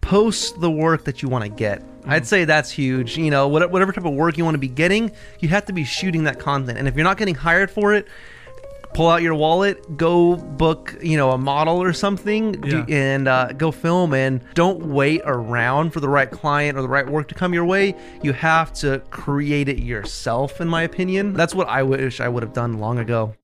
post the work that you want to get. Mm-hmm. I'd say that's huge. You know, what- whatever type of work you want to be getting, you have to be shooting that content. And if you're not getting hired for it, pull out your wallet, go book, you know, a model or something, do- Yeah. and uh, go film. And don't wait around for the right client or the right work to come your way. You have to create it yourself, in my opinion. That's what I wish I would have done long ago.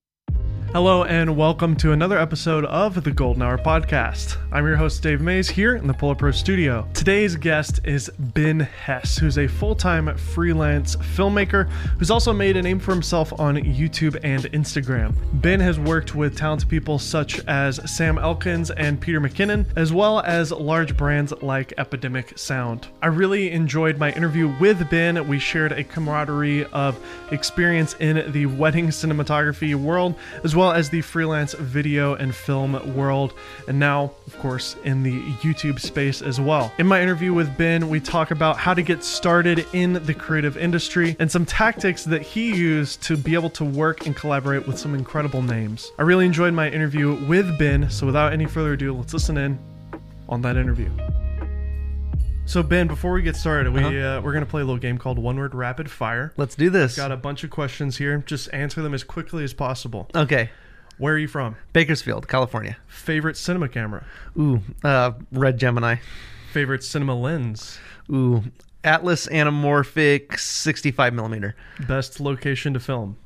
Hello, and welcome to another episode of the Golden Hour Podcast. I'm your host, Dave Mays, here in the Pull Up Pro Studio. Today's guest is Ben Hess, who's a full time freelance filmmaker who's also made a name for himself on YouTube and Instagram. Ben has worked with talented people such as Sam Elkins and Peter McKinnon, as well as large brands like Epidemic Sound. I really enjoyed my interview with Ben. We shared a camaraderie of experience in the wedding cinematography world, as well as the freelance video and film world, and now, of course, in the YouTube space as well. In my interview with Ben, we talk about how to get started in the creative industry and some tactics that he used to be able to work and collaborate with some incredible names. I really enjoyed my interview with Ben, so without any further ado, let's listen in on that interview. So Ben, before we get started, we uh, we're gonna play a little game called One Word Rapid Fire. Let's do this. Got a bunch of questions here. Just answer them as quickly as possible. Okay. Where are you from? Bakersfield, California. Favorite cinema camera? Ooh, uh, Red Gemini. Favorite cinema lens? Ooh, Atlas anamorphic 65 millimeter. Best location to film?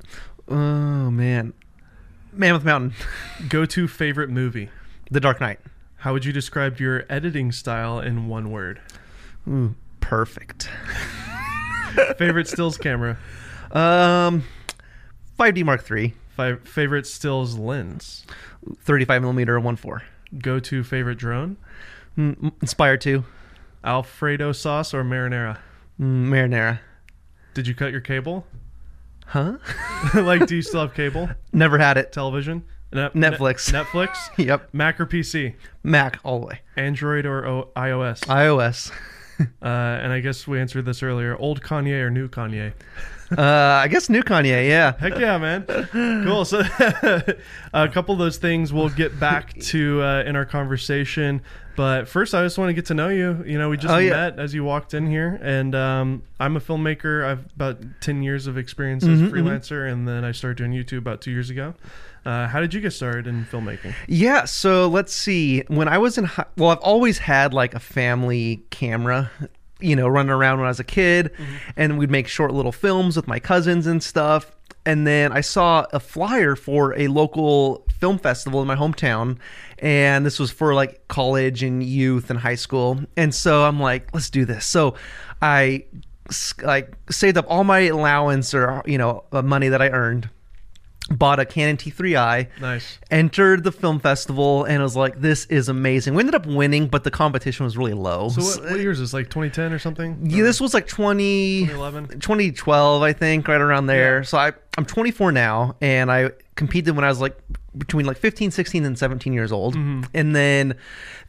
Oh man, Mammoth Mountain, Go to favorite movie? The Dark Knight. How would you describe your editing style in one word? Ooh, perfect. Favorite stills camera? Um, 5D Mark III, Fi- favorite stills lens? 35 millimeter 1.4. Go to favorite drone? Mm, Inspire 2, Alfredo sauce or marinara? mm, Marinara. Did you cut your cable? Huh? like, do you still have cable? Never had it. Television? Ne- Netflix. Ne- Netflix? Yep, Mac or PC? Mac all the way. Android or o- iOS? iOS. Uh, and I guess we answered this earlier. Old Kanye or new Kanye? Uh, I guess new Kanye. Yeah. Heck yeah, man! Cool. So, a couple of those things we'll get back to uh, in our conversation. But first, I just want to get to know you. You know, we just Oh, yeah. met as you walked in here, and um, I'm a filmmaker. I've about ten years of experience Mm-hmm, as a freelancer, and then I started doing YouTube about two years ago. Uh, how did you get started in filmmaking? Yeah, so let's see. When I was in high, well, I've always had like a family camera, you know, running around when I was a kid, and we'd make short little films with my cousins and stuff. And then I saw a flyer for a local film festival in my hometown, and this was for like college and youth and high school. And so I'm like, let's do this. So I s- like saved up all my allowance or you know uh, money that I earned, bought a Canon T3i Nice. entered the film festival and was like, "This is amazing." We ended up winning, but the competition was really low. So, what, what year is this? Like 2010 or something? yeah, this was like 20, 2011? 2012, I think, right around there. Yeah. So I, I'm 24 now, and I competed when I was like between like 15, 16, and 17 years old, Mm-hmm. and then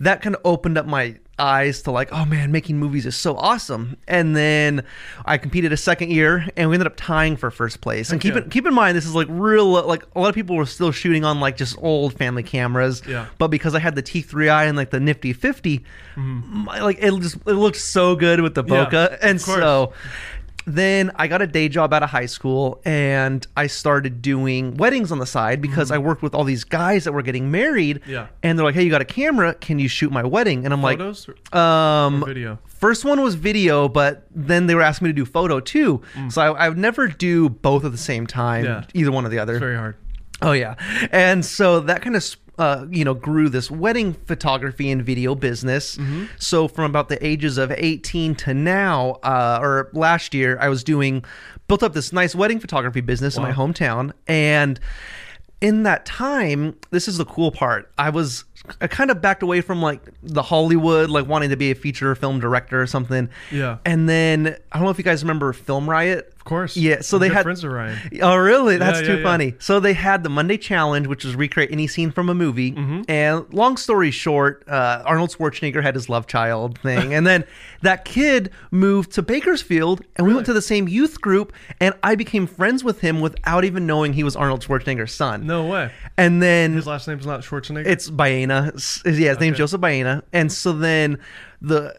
that kind of opened up my eyes to like, oh man, making movies is so awesome. And then I competed a second year, and we ended up tying for first place. And Heck keep yeah. it, keep in mind, this is like real. Like a lot of people were still shooting on like just old family cameras. Yeah. But because I had the T3i and like the Nifty 50, Mm-hmm. my, like it just it looked so good with the Yeah, bokeh, and of course. so then I got a day job out of high school and I started doing weddings on the side because I worked with all these guys that were getting married. Mm-hmm. Yeah. And they're like, "Hey, you got a camera? Can you shoot my wedding?" And I'm Photos or like, "Um, video? First one was video, but then they were asking me to do photo too. So I, I would never do both at the same time, Mm. Yeah. either one or the other. Very hard. Oh yeah, and so that kind of uh, you know grew this wedding photography and video business. So from about the ages of eighteen to now, uh, or last year, I was doing built up this nice wedding photography business in my hometown, and in that time, this is the cool part. I was I kind of backed away from like the Hollywood, like wanting to be a feature film director or something. Yeah. And then I don't know if you guys remember Film Riot. Of course. Yeah, so I'm they good had- friends with Ryan. Oh, really? That's yeah, too yeah. funny. So they had the Monday challenge, which was recreate any scene from a movie. Mm-hmm. And long story short, uh, Arnold Schwarzenegger had his love child thing, and then that kid moved to Bakersfield, and we went to the same youth group, and I became friends with him without even knowing he was Arnold Schwarzenegger's son. No way. And then His last name's not Schwarzenegger. it's Baena. S- Yeah, his name's Joseph Baena. And so then the.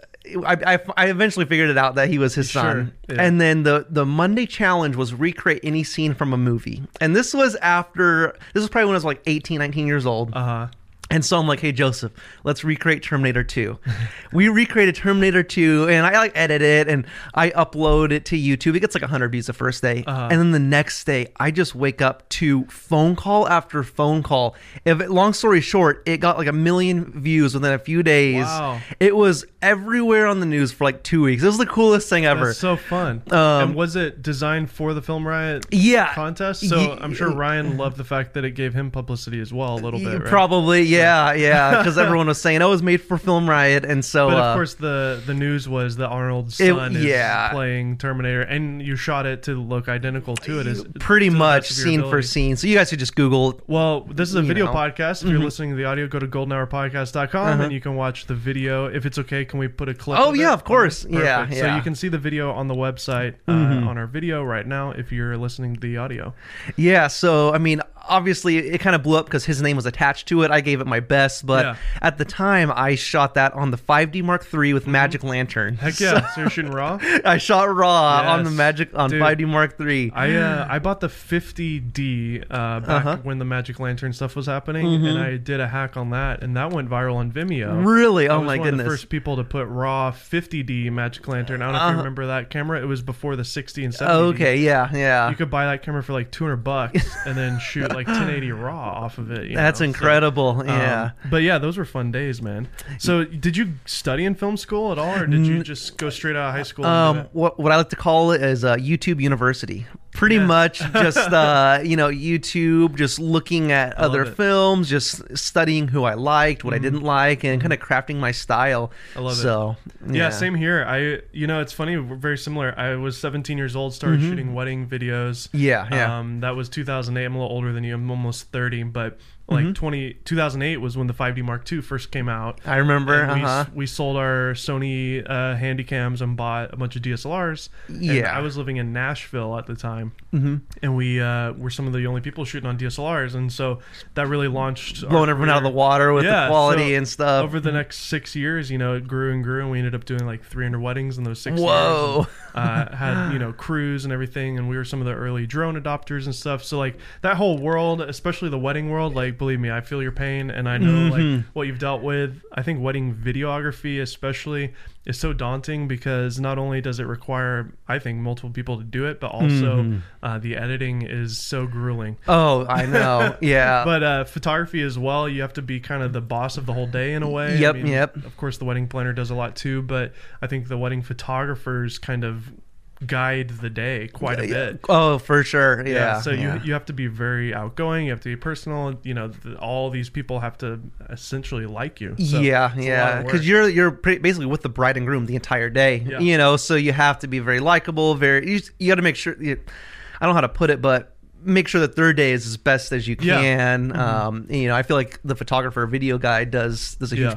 I, I, I eventually figured it out that he was his son. Sure, yeah. And then the, the Monday challenge was recreate any scene from a movie. And this was after, this was probably when I was like 18, 19 years old. uh huh. And so I'm like, hey, Joseph, let's recreate Terminator 2. we recreated Terminator 2, and I like edit it and I upload it to YouTube. It gets like 100 views the first day. Uh-huh. And then the next day, I just wake up to phone call after phone call. If Long story short, it got like a million views within a few days. Wow. It was everywhere on the news for like two weeks. It was the coolest thing ever. That's so fun. and was it designed for the Film Riot Um, yeah. contest? So Ye- I'm sure Ryan loved the fact that it gave him publicity as well a little Y- bit. Right? Probably, yeah, yeah, because everyone was saying, "Oh, it was made for Film Riot," and so, But uh, of course, the the news was that Arnold's It- son is yeah. playing Terminator, and you shot it to look identical to it. Is pretty to the much best of your scene for ability. scene. So you guys could just Google. Well, this is a You video know. Mm-hmm. Uh-huh. podcast. If you're listening to the audio, go to goldenhourpodcast.com and you can watch the video. If it's okay, can we put a clip? Oh, of yeah, it? of course. Perfect. Yeah, So yeah. Mm-hmm. you can see the video on the website uh, on our video right now if you're listening to the audio. Yeah, so I mean, obviously it kind of blew up because his name was attached to it. I gave it my best, but Yeah. at the time I shot that on the 5D Mark III with Magic Lantern. Mm-hmm. Heck yeah! so you're shooting raw. I shot raw on the Yes. Magic on Dude. 5D Mark III. I uh, I bought the 50D uh, back Uh-huh. Mm-hmm. when the Magic Lantern stuff was happening, and I did a hack on that, and that went viral on Vimeo. really? I Oh was my one of goodness. the first people to put raw 50D Magic Lantern. I don't know if you Uh-huh. remember that camera. It was before the 60 and 70. Oh, okay, yeah, yeah. You could buy that camera for like 200 bucks and then shoot like 1080 raw off of it. you That's know, so, incredible. um, yeah. but yeah, those were fun days, man. So, did you study in film school at all, or did you just go straight out of high school? and do Um, what what I like to call it is uh, YouTube University. Pretty Yeah. much just uh, you know YouTube, just looking at other it. Mm-hmm. films, just studying who I liked, what I didn't like, and kind of crafting my style. I love it. so, that? Yeah. same here. I, you know, it's funny, we're very similar. I was 17 years old, started shooting wedding videos. Mm-hmm. Yeah, yeah. Um, that was 2008. I'm a little older than you. I'm almost 30, but like Mm-hmm. 20 2008 was when the 5D Mark II first came out. I remember. And we, Uh-huh. we sold our Sony uh, handycams and bought a bunch of DSLRs. And Yeah. I was living in Nashville at the time, mm-hmm. and we uh, were some of the only people shooting on DSLRs, and so that really launched our Blowing everyone out of the career. water with Yeah, the quality so and stuff. Over the next six years, you know, it grew and grew, and we ended up doing like 300 weddings in those six Whoa. years. and, uh, had you know crews and everything, and we were some of the early drone adopters and stuff. So like that whole world, especially the wedding world, like believe me, I feel your pain, and I know Mm-hmm. like what you've dealt with. I think wedding videography, especially, is so daunting because not only does it require, I think, multiple people to do it, but also Mm-hmm. uh, the editing is so grueling oh, I know. Yeah. but uh, photography as well. You have to be kind of the boss of the whole day in a way. Yep, yep. Of course, the wedding planner does a lot too, but I think the wedding photographers kind of guide the day quite a bit. oh, for sure. Yeah. so yeah. you you have to be very outgoing. You have to be personal. You know, th all these people have to essentially like you. So yeah, it's a lot yeah, of because work. you're you're pretty, basically with the bride and groom the entire day. Yeah. You know, so you have to be very likable. Very, you, just- you got to make sure. You, I don't know how to put it, but make sure that their day is as best as you Yeah. Mm-hmm. can. Um, you know, I feel like the photographer video guy does does a huge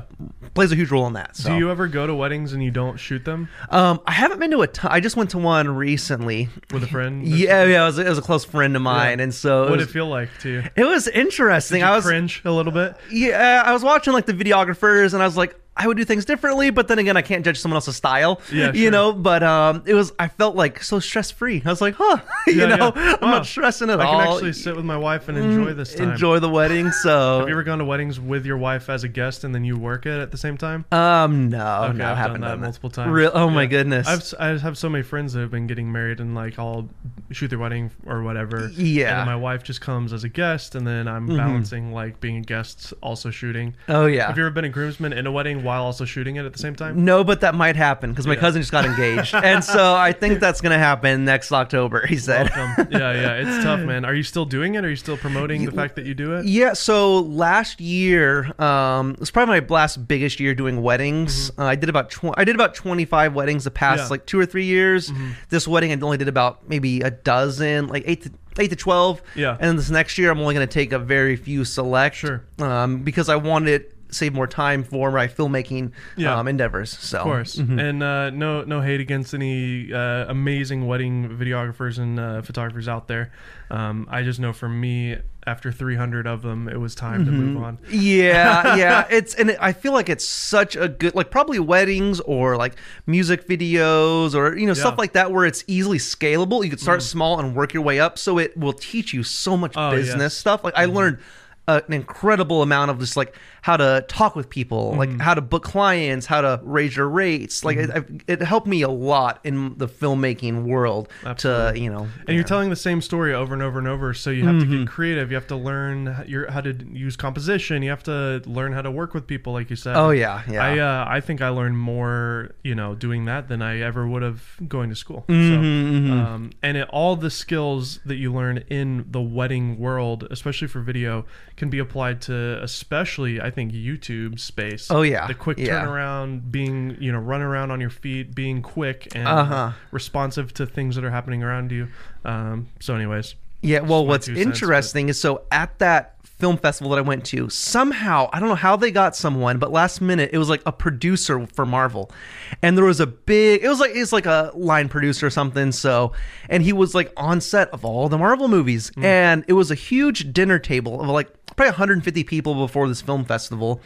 plays a huge role in that. So. Do you ever go to weddings and you don't shoot them um, I haven't been to a ton. I just went to one recently. with a friend? Yeah, yeah, it was, it was a close friend of mine, and so it What was, did it feel like to you? it was interesting. Did you I was cringe a little bit. yeah, uh, I was watching like the videographers, and I was like, I would do things differently, but then again, I can't judge someone else's style, Yeah, sure. you know. But um, it was I felt like so stress free. I was like, huh, you Yeah, know, yeah. I'm Wow. not stressing at I all. Mm, can actually sit with my wife and enjoy this time. Enjoy the wedding. Have So, you ever gone to weddings with your wife as a guest and then you work it at the same time? um, no, Okay, no, I I've haven't done that multiple times. Real, oh my Yeah. goodness. I've si have so many friends that have been getting married and like I'll shoot their wedding or whatever. And Yeah. Mm-hmm. then my wife just comes as a guest and then I'm balancing like being a guest also shooting. oh yeah. Have you ever been a groomsman in a wedding while also shooting it at the same time? No, but that might happen because my cousin just got engaged, and so I think that's gonna happen next October. He said. Welcome. yeah, yeah, it's tough, man. Are you still doing it? Are you still promoting the fact that you do it? Yeah, so last year um, it was probably my last biggest year doing weddings. Uh, I did about tw- I did about twenty five weddings the past Mm-hmm. Yeah. Mm-hmm. like two or three years. This wedding I only did about maybe a dozen, like eight to eight to twelve. Yeah. and then this next year I'm only going to take a very few select. Sure. um, because I wanted to save more time for my filmmaking Yeah. um, endeavors. So Of course. And uh, no, no hate against any uh, amazing wedding videographers and uh, photographers out there. Um, I just know for me, after 300 of them, it was time to move on. Yeah, yeah. It's and it, I feel like it's such a good like probably weddings or like music videos or you know stuff Yeah. Mm-hmm. like that where it's easily scalable. You could start small and work your way up, so it will teach you so much Oh, business yes. stuff. Like I learned. Uh, an incredible amount of just like how to talk with people, Mm-hmm. like how to book clients, how to raise your rates. Like it, it helped me a lot in the filmmaking world to you know. And you're telling the same story over and over and over, so you have to get creative. You have to learn h- your, how to d- use composition. You have to learn how to work with people, like you said. oh yeah, yeah. I uh, I think I learned more, you know, doing that than I ever would have going to school. Mm-hmm, so, um, and it, all the skills that you learn in the wedding world, especially for video, can be applied to, especially I think YouTube space. Oh, yeah. the quick Yeah. turnaround, being you know, run around on your feet, being quick and Uh-huh. responsive to things that are happening around you. Um, so, anyways, Yeah, well, my what's two cents, but- interesting is so at that film festival that I went to, somehow, I don't know how they got someone, but last minute it was like a producer for Marvel. And there was a big it was like it's like a line producer or something, so and he was like on set of all the Marvel movies. Hmm. And it was a huge dinner table of like probably 150 people before this film festival.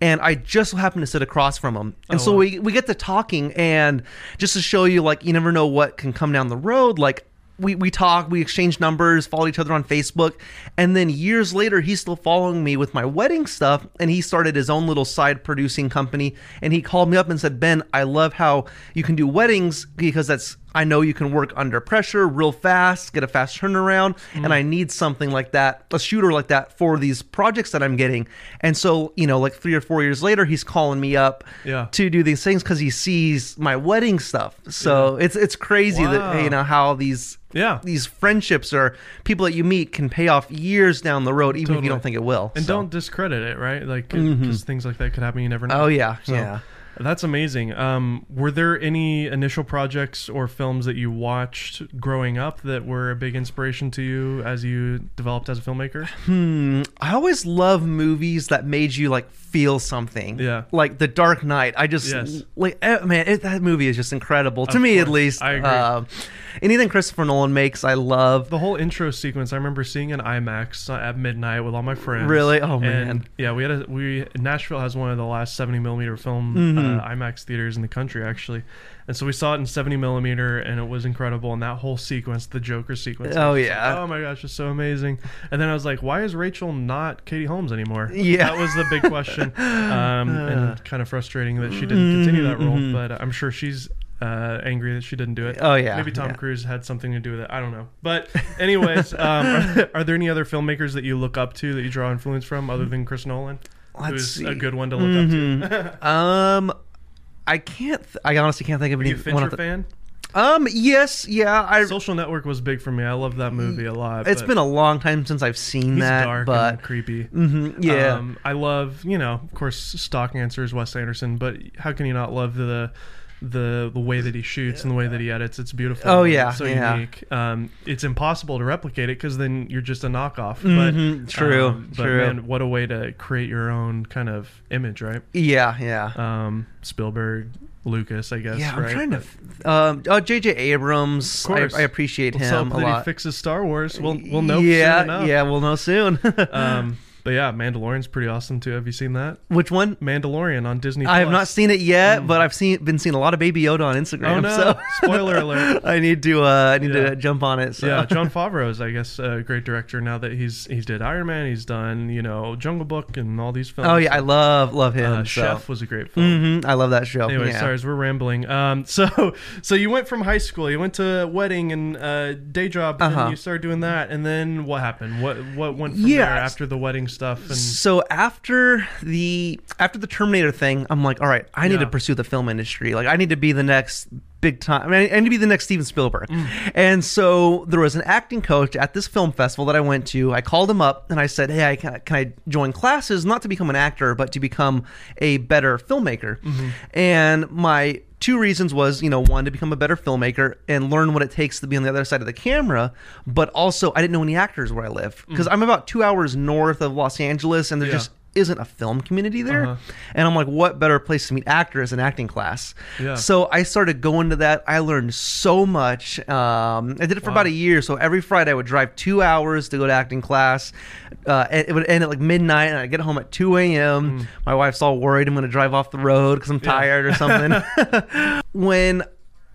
And I just happened to sit across from him. Oh, And so we we get to talking and just to show you like you never know what can come down the road, like we, we talk, we exchange numbers, follow each other on Facebook. And then years later, he's still following me with my wedding stuff. And he started his own little side producing company. And he called me up and said, Ben, I love how you can do weddings because that's, I know you can work under pressure real fast, get a fast turnaround. Mm. And I need something like that, a shooter like that for these projects that I'm getting. And so, you know, like three or four years later, he's calling me up Yeah. to do these things because he sees my wedding stuff. So it's, it's crazy that, Wow. you know, how these yeah. these friendships or people that you meet can pay off years down the road, even if Totally. you don't think it will. And So- don't discredit it, right? Like, because Mm-hmm. things like that could happen. You never know. Oh yeah, So, yeah. That's amazing. Um, were there any initial projects or films that you watched growing up that were a big inspiration to you as you developed as a filmmaker? I always love movies that made you like feel something. Yeah. Like The Dark Knight. I just Yes. like eh, man, it, that movie is just incredible to me at course. least. I agree. Um, anything Christopher Nolan makes, I love. The whole intro sequence, I remember seeing in IMAX at midnight with all my friends. Really? Oh, And, man. yeah, we had a we Nashville has one of the last 70 millimeter film uh, Mm-hmm. IMAX theaters in the country actually, and so we saw it in 70 millimeter and it was incredible. And that whole sequence, the Joker sequence. I Oh, was just yeah. like, oh my gosh, it's so amazing. And then I was like, why is Rachel not Katie Holmes anymore? Yeah. Uh. that was the big question, um, and kind of frustrating that she didn't continue that role. But I'm sure she's. Uh, angry that she didn't do it. Mm-hmm, Oh, yeah. Maybe Tom Yeah. Cruise had something to do with it. I don't know. But anyways, um, are, are there any other filmmakers that you look up to that you draw influence from other than Chris Nolan? Let's who's see. Mm-hmm. a good one to look up to. Um I can't th- I honestly can't think of any you a one Fincher off the- fan? Um yes, yeah, I Social Network was big for me. I love that movie a lot. it's but been a long time since I've seen he's that, dark but and creepy. Mhm, yeah. Um, I love, you know, of course, stock answer is Wes Anderson, but how can you not love the the the way that he shoots and the way that he edits? It's beautiful. Oh, and yeah, it's so yeah. unique. Um, it's impossible to replicate it because then you're just a knockoff. Mhm, but true, um, but true. Man, what a way to create your own kind of image, right? yeah, yeah. Um, Spielberg, Lucas, I guess. Yeah, I'm right? trying to. But- f- Um, oh, J.J. Abrams. I, course. I appreciate Let's him hope a that lot. he fixes Star Wars. We'll we'll know. Yeah, soon enough. yeah, we'll know soon. Um, but yeah, Mandalorian's pretty awesome too. Have you seen that? Which one? Mandalorian on Disney. I have Plus. not seen it yet, but I've seen been seeing a lot of Baby Yoda on Instagram. Mm. Oh no! So Spoiler alert. I need to uh, I need Yeah. to jump on it. So. Yeah, John Favreau is, I guess, a great director now that he's he's did Iron Man, he's done you know Jungle Book and all these films. Oh yeah, I love love him. uh, so. Chef was a great film. hmm I love that show. Anyway, yeah. sorry, as we're rambling. Um, so so you went from high school, you went to wedding and uh, day job, and then Uh-huh. you started doing that, and then what happened? What what went from Yeah, there s- after the wedding stuff and so after the after the Terminator thing, I'm like, all right, I need Yeah. to pursue the film industry. Like, I need to be the next big time. I, mean, I need to be the next Steven Spielberg. And so there was an acting coach at this film festival that I went to. I called him up and I said, hey, I can, can I join classes not to become an actor, but to become a better filmmaker? And my two reasons was you know one to become a better filmmaker and learn what it takes to be on the other side of the camera but also i didn't know any actors where i live because i'm about two hours north of los angeles and there Yeah. just isn't a film community there Uh-huh. and i'm like what better place to meet actors than acting class Yeah. so i started going to that i learned so much um, i did it for about a year so every friday i would drive two hours to go to acting class uh, and it would end at like midnight and i'd get home at 2 Hmm. a.m my wife's all worried i'm going to drive off the road because i'm tired or something when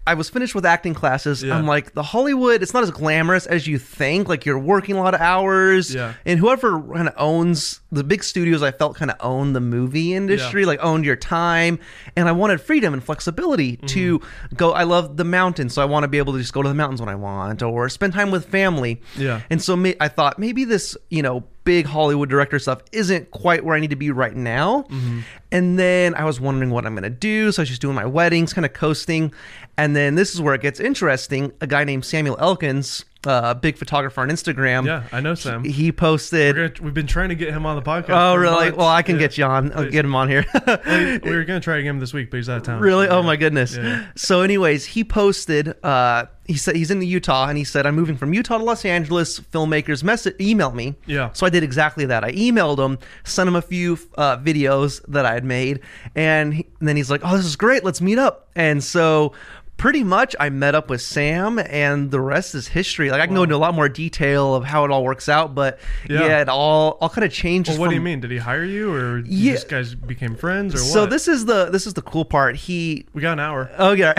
I was finished with acting classes, Yeah. I'm like, the Hollywood, it's not as glamorous as you think. Like, you're working a lot of hours. Yeah. And whoever kind of owns the big studios, I felt kind of owned the movie industry, like, owned your time. And I wanted freedom and flexibility Mm-hmm. to go. I love the mountains, so I want to be able to just go to the mountains when I want or spend time with family. Yeah. And so ma- I thought maybe this, you know, big Hollywood director stuff isn't quite where I need to be right now. Mm-hmm. And then I was wondering what I'm going to do. So I was just doing my weddings, kind of coasting. And then this is where it gets interesting. A guy named Samuel Elkins, uh, big photographer on Instagram. yeah i know sam He posted. We're gonna, we've been trying to get him on the podcast Oh, for really? months. Well, I can Yeah. get you on. I'll get him on here. we were gonna try to get him this week but he's out of town Really? Oh my goodness. Yeah. So, anyways, he posted. Uh, he said he's in Utah, and he said, "I'm moving from Utah to Los Angeles. Filmmakers, message, email me." Yeah. So I did exactly that. I emailed him, sent him a few uh, videos that I had made, and, he- and then he's like, "Oh, this is great. Let's meet up." And so. Pretty much, I met up with Sam, and the rest is history. Like I can go into a lot more detail of how it all works out, but Yeah. yeah, it all all kind of changes. well, what do you from- mean did he hire you or you Yeah. just guys became friends or what So this is the this is the cool part. He we got an hour Okay.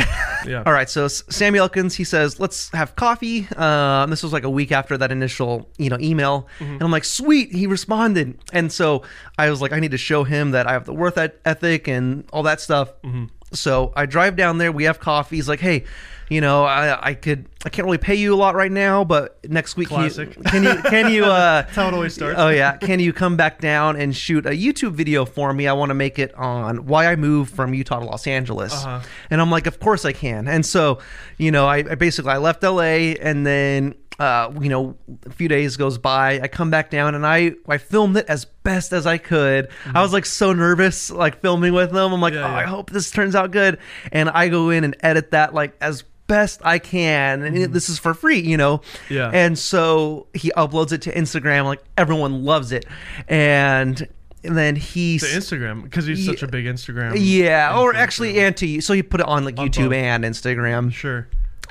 Yeah. All right. So S- Sammy Elkins, he says, "Let's have coffee." Um, this was like a week after that initial, you know, email, Mm-hmm. and I'm like, "Sweet." He responded, and so I was like, "I need to show him that I have the worth et- ethic and all that stuff." Mm-hmm. So I drive down there. We have coffee. He's like, "Hey, you know, I, I could, I can't really pay you a lot right now, but next week, can you, Classic. can you, can you, uh, That's how it always starts. Oh yeah, can you come back down and shoot a YouTube video for me? I want to make it on why I moved from Utah to Los Angeles. Uh-huh. And I'm like, of course I can. And so, you know, I, I basically I left LA and then uh, you know, a few days goes by. I come back down and I I filmed it as best as I could. I was like so nervous, like filming with them. I'm like, Mm-hmm. Yeah, oh, yeah. I hope this turns out good. And I go in and edit that like as best I can. And it- this is for free, you know. Mm-hmm. Yeah. And so he uploads it to Instagram. Like everyone loves it, and, and then he to Instagram because he's such Yeah. a big Instagram. yeah, or influencer. actually, and to so he put it on like YouTube both. and Instagram. sure.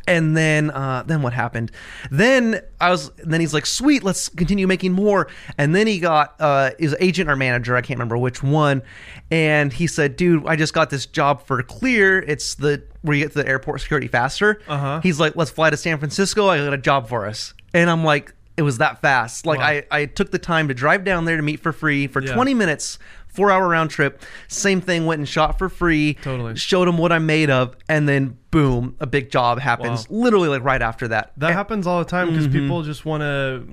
And then, uh, then what happened? Then I was. Then he's like, "Sweet, let's continue making more." And then he got uh, his agent or manager, I can't remember which one, and he said, "Dude, I just got this job for Clear. It's the where you get to the airport security faster." Uh-huh. He's like, "Let's fly to San Francisco. I got a job for us." And I'm like, "It was that fast. Like Wow. I, I took the time to drive down there to meet for free for Yeah. 20 minutes." Four hour round trip, same thing. Went and shot for free. Totally. Showed him what I'm made of, and then boom, a big job happens. Literally, like right after that. That happens all the time because Mm-hmm. people just want to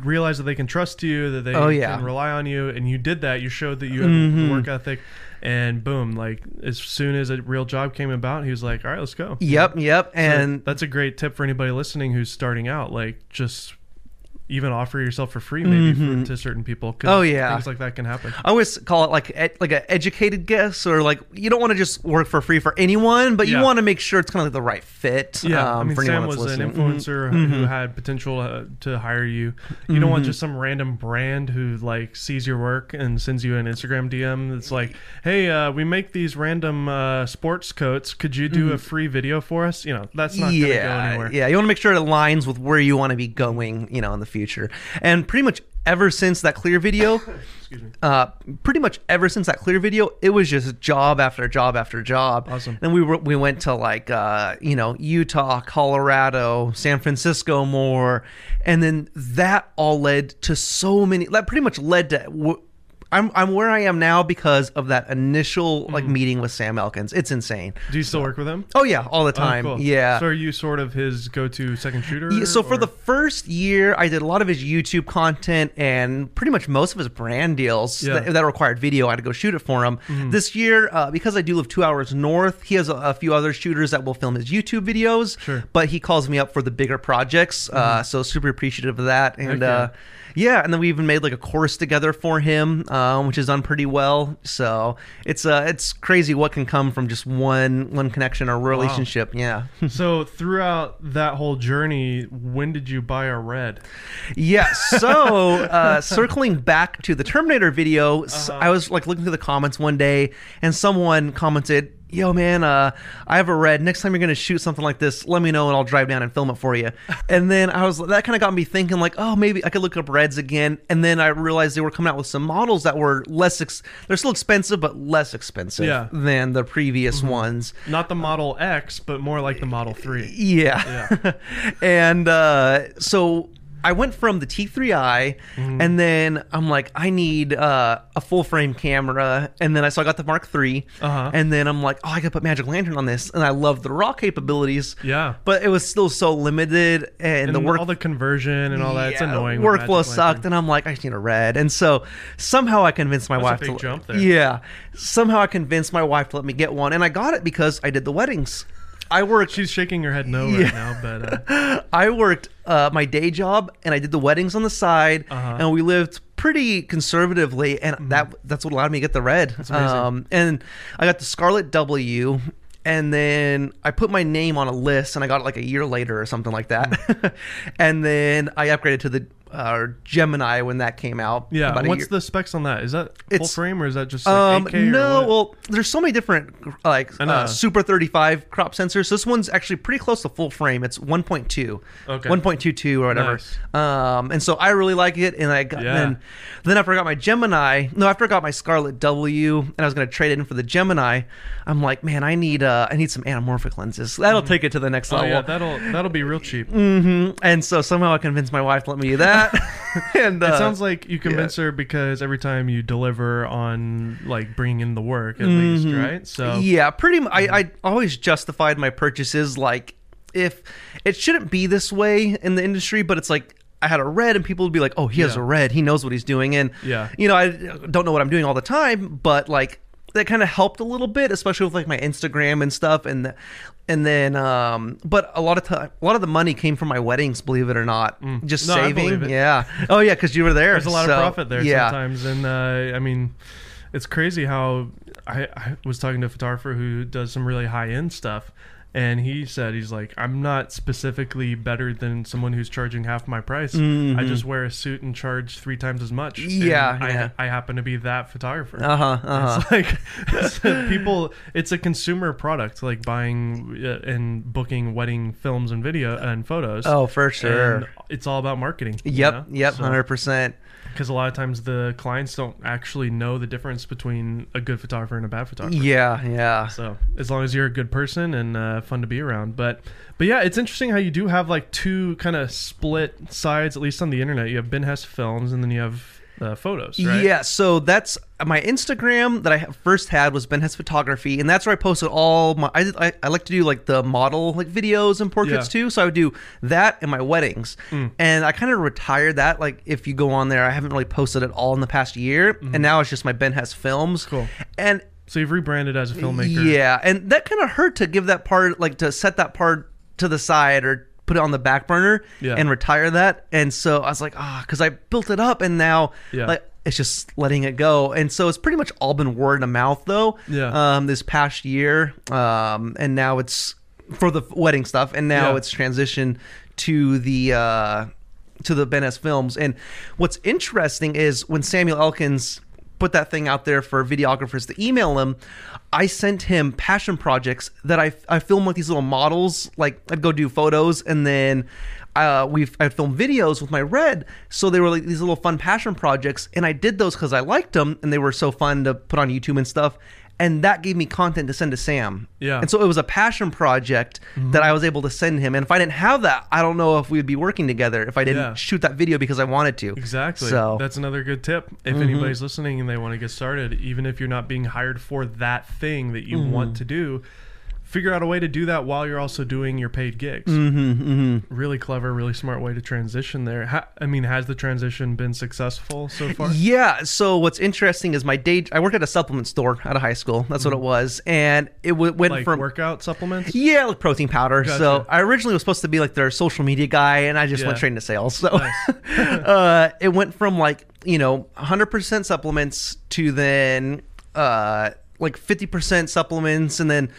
realize that they can trust you, that they Oh, yeah. Mm-hmm. can rely on you, and you did that. You showed that you have the work ethic, and boom! Like as soon as a real job came about, he was like, "All right, let's go." Yep, yep. So And that's a great tip for anybody listening who's starting out. Like just even offer yourself for free, maybe for, to certain people. 'cause Mm-hmm. Oh, yeah. things like that can happen. I always call it like ed, like an educated guess, or like you don't want to just work for free for anyone, but Yeah. you want to make sure it's kind of like the right fit. Yeah, I um, mean, for anyone Sam was that's listening. Mm-hmm. an influencer who had potential uh, to hire you. You don't want just some random brand who like sees your work and sends you an Instagram DM that's like, "Hey, uh, we make these random uh, sports coats. Could you do a free video for us?" You know, that's not going to go Mm-hmm. yeah, anywhere. yeah. You want to make sure it aligns with where you want to be going, you know, in the future. And pretty much ever since that clear video, Excuse me. uh, pretty much ever since that clear video, it was just job after job after job. Awesome. Then we were, we went to like uh, you know Utah, Colorado, San Francisco more, and then that all led to so many. That pretty much led to. W- I'm I'm where I am now because of that initial like Mm-hmm. meeting with Sam Elkins. It's insane. Do you still work with him? Oh yeah, all the time. cool. Yeah. So are you sort of his go-to second shooter? Yeah, so for or- the first year, I did a lot of his YouTube content and pretty much most of his brand deals Yeah. Mm-hmm. that, that required video. I had to go shoot it for him. This year, uh, because I do live two hours north, he has a, a few other shooters that will film his YouTube videos. Sure. Mm-hmm. But he calls me up for the bigger projects, uh, so super appreciative of that. And Okay. uh, yeah, and then we even made like a course together for him, um, which is done pretty well. So it's uh, it's crazy what can come from just one one connection or relationship. Yeah. so throughout that whole journey, when did you buy a red? Yeah. So, uh, circling back to the Terminator video, s I I was like looking through the comments one day, and someone commented, "Yo, man, uh, I have a red. Next time you're gonna shoot something like this, let me know, and I'll drive down and film it for you." And then I was that kind of got me thinking, like, oh, maybe I could look up reds again. And then I realized they were coming out with some models that were less. Ex- they're still expensive, but less expensive Yeah. than the previous ones. Not the Model X, but more like the Model Three. Yeah. and uh, so I went from the T3i, Mm-hmm. and then I'm like, I need uh, a full frame camera, and then I so I got the Mark III, Uh-huh. and then I'm like, oh, I could put Magic Lantern on this, and I love the raw capabilities. Yeah. But it was still so limited, and, the And work Mm, all the conversion and all that. It's yeah, annoying. with Workflow Magic Lantern. sucked, and I'm like, I just need a red. And so somehow I convinced my wife a big to jump there. Yeah, somehow I convinced my wife to let me get one, and I got it because I did the weddings. I worked She's shaking her head no right now, but uh, I worked uh, my day job and I did the weddings on the side, Uh-huh. Mm-hmm. and we lived pretty conservatively, and that that's what allowed me to get the red. amazing. Um, and I got the Scarlet W, and then I put my name on a list, and I got it like a year later or something like that. Mm. and then I upgraded to the uh, Gemini when that came out. yeah. about a What's year- the specs on that? Is that full It's- frame or is that just like um, 8K or no, what? well, there's so many different like I know. uh, Super 35 crop sensors. So this one's actually pretty close to full frame. It's 1.2, Okay. 1.22 or whatever. Nice. Um, and so I really like it. And I got Yeah. then, then after I got my Gemini, no, after I got my Scarlet W, and I was gonna trade it in for the Gemini, I'm like, man, I need uh, I need some anamorphic lenses. That'll take it to the next Oh level. yeah, that'll that'll be real cheap. and so somehow I convinced my wife to let me do that. and uh, It sounds like you convince her because every time you deliver on like bringing in the work at Mm-hmm. least, right? So Mm-hmm. Yeah, pretty. mu I, I always justified my purchases like if it shouldn't be this way in the industry, but it's like I had a red, and people would be like, "Oh, he has Yeah. a red. He knows what he's doing." And Yeah. you know, I don't know what I'm doing all the time, but like that kind of helped a little bit, especially with like my Instagram and stuff, and. and then, um, but a lot of time, a lot of the money came from my weddings, believe it or not. Just Mm. No, I saving, believe it. yeah. Oh yeah, because you were there. there's a lot so, of profit there yeah. sometimes, and uh, I mean, it's crazy how I, I was talking to a photographer who does some really high end stuff. And he said, he's like, I'm not specifically better than someone who's charging half my price. I just wear a suit and charge three times as much. and Mm-hmm. Yeah, I, yeah. I happen to be that photographer. Uh huh. Uh huh. It's like it's a people. It's a consumer product, like buying uh, and booking wedding films and video and photos. Oh, for sure. And it's all about marketing. Yep. Yep. Hundred percent. Because a lot of times the clients don't actually know the difference between a good photographer and a bad photographer. Yeah. Yeah. So as long as you're a good person and uh, fun to be around, but but yeah, it's interesting how you do have like two kind of split sides, at least on the internet. You have Ben Hess films, and then you have uh, photos. Right? Yeah, so that's my Instagram that I ha- first had was Ben Hess Photography, and that's where I posted all my. I, did- I, I like to do like the model like videos and portraits Yeah. Mm. too, so I would do that and my weddings, and I kind of retired that. Like if you go on there, I haven't really posted at all in the past year, and now it's just my Ben Hess films. Mm-hmm. Cool. And So you've rebranded as a filmmaker. yeah, and that kind of hurt to give that part, like to set that part to the side or put it on the back burner Yeah. and retire that. And so I was like, ah, because I built it up and now Yeah. like it's just letting it go. And so it's pretty much all been word of mouth though. Yeah. Um, this past year, um, and now it's for the wedding stuff, and now Yeah. it's transitioned to the. Uh, to the Ben S films. And what's interesting is when Samuel Elkins put that thing out there for videographers to email him, I sent him passion projects that I, I film like these little models. Like I'd go do photos and then uh, we I'd film videos with my red. So they were like these little fun passion projects. And I did those because I liked them and they were so fun to put on YouTube and stuff. and that gave me content to send to Sam. Yeah. And so it was a passion project that Mm-hmm. I was able to send him. And if I didn't have that, I don't know if we'd be working together if I didn't Yeah. shoot that video because I wanted to. Exactly. So mm-hmm. that's another good tip. If anybody's listening and they want to get started, even if you're not being hired for that thing that Mm-hmm. you want to do, figure out a way to do that while you're also doing your paid gigs. Mm-hmm, Really clever, really smart way to transition there. Ha- I mean, has the transition been successful so far? Yeah. So what's interesting is my day. I worked at a supplement store out of high school. That's what it was, and it w- went Mm-hmm. Like from workout supplements? yeah, like protein powder. Gotcha. So I originally was supposed to be like their social media guy, and I just Yeah. went straight into sales. So uh, it went from like you know 100% supplements to then uh, like 50% supplements, and then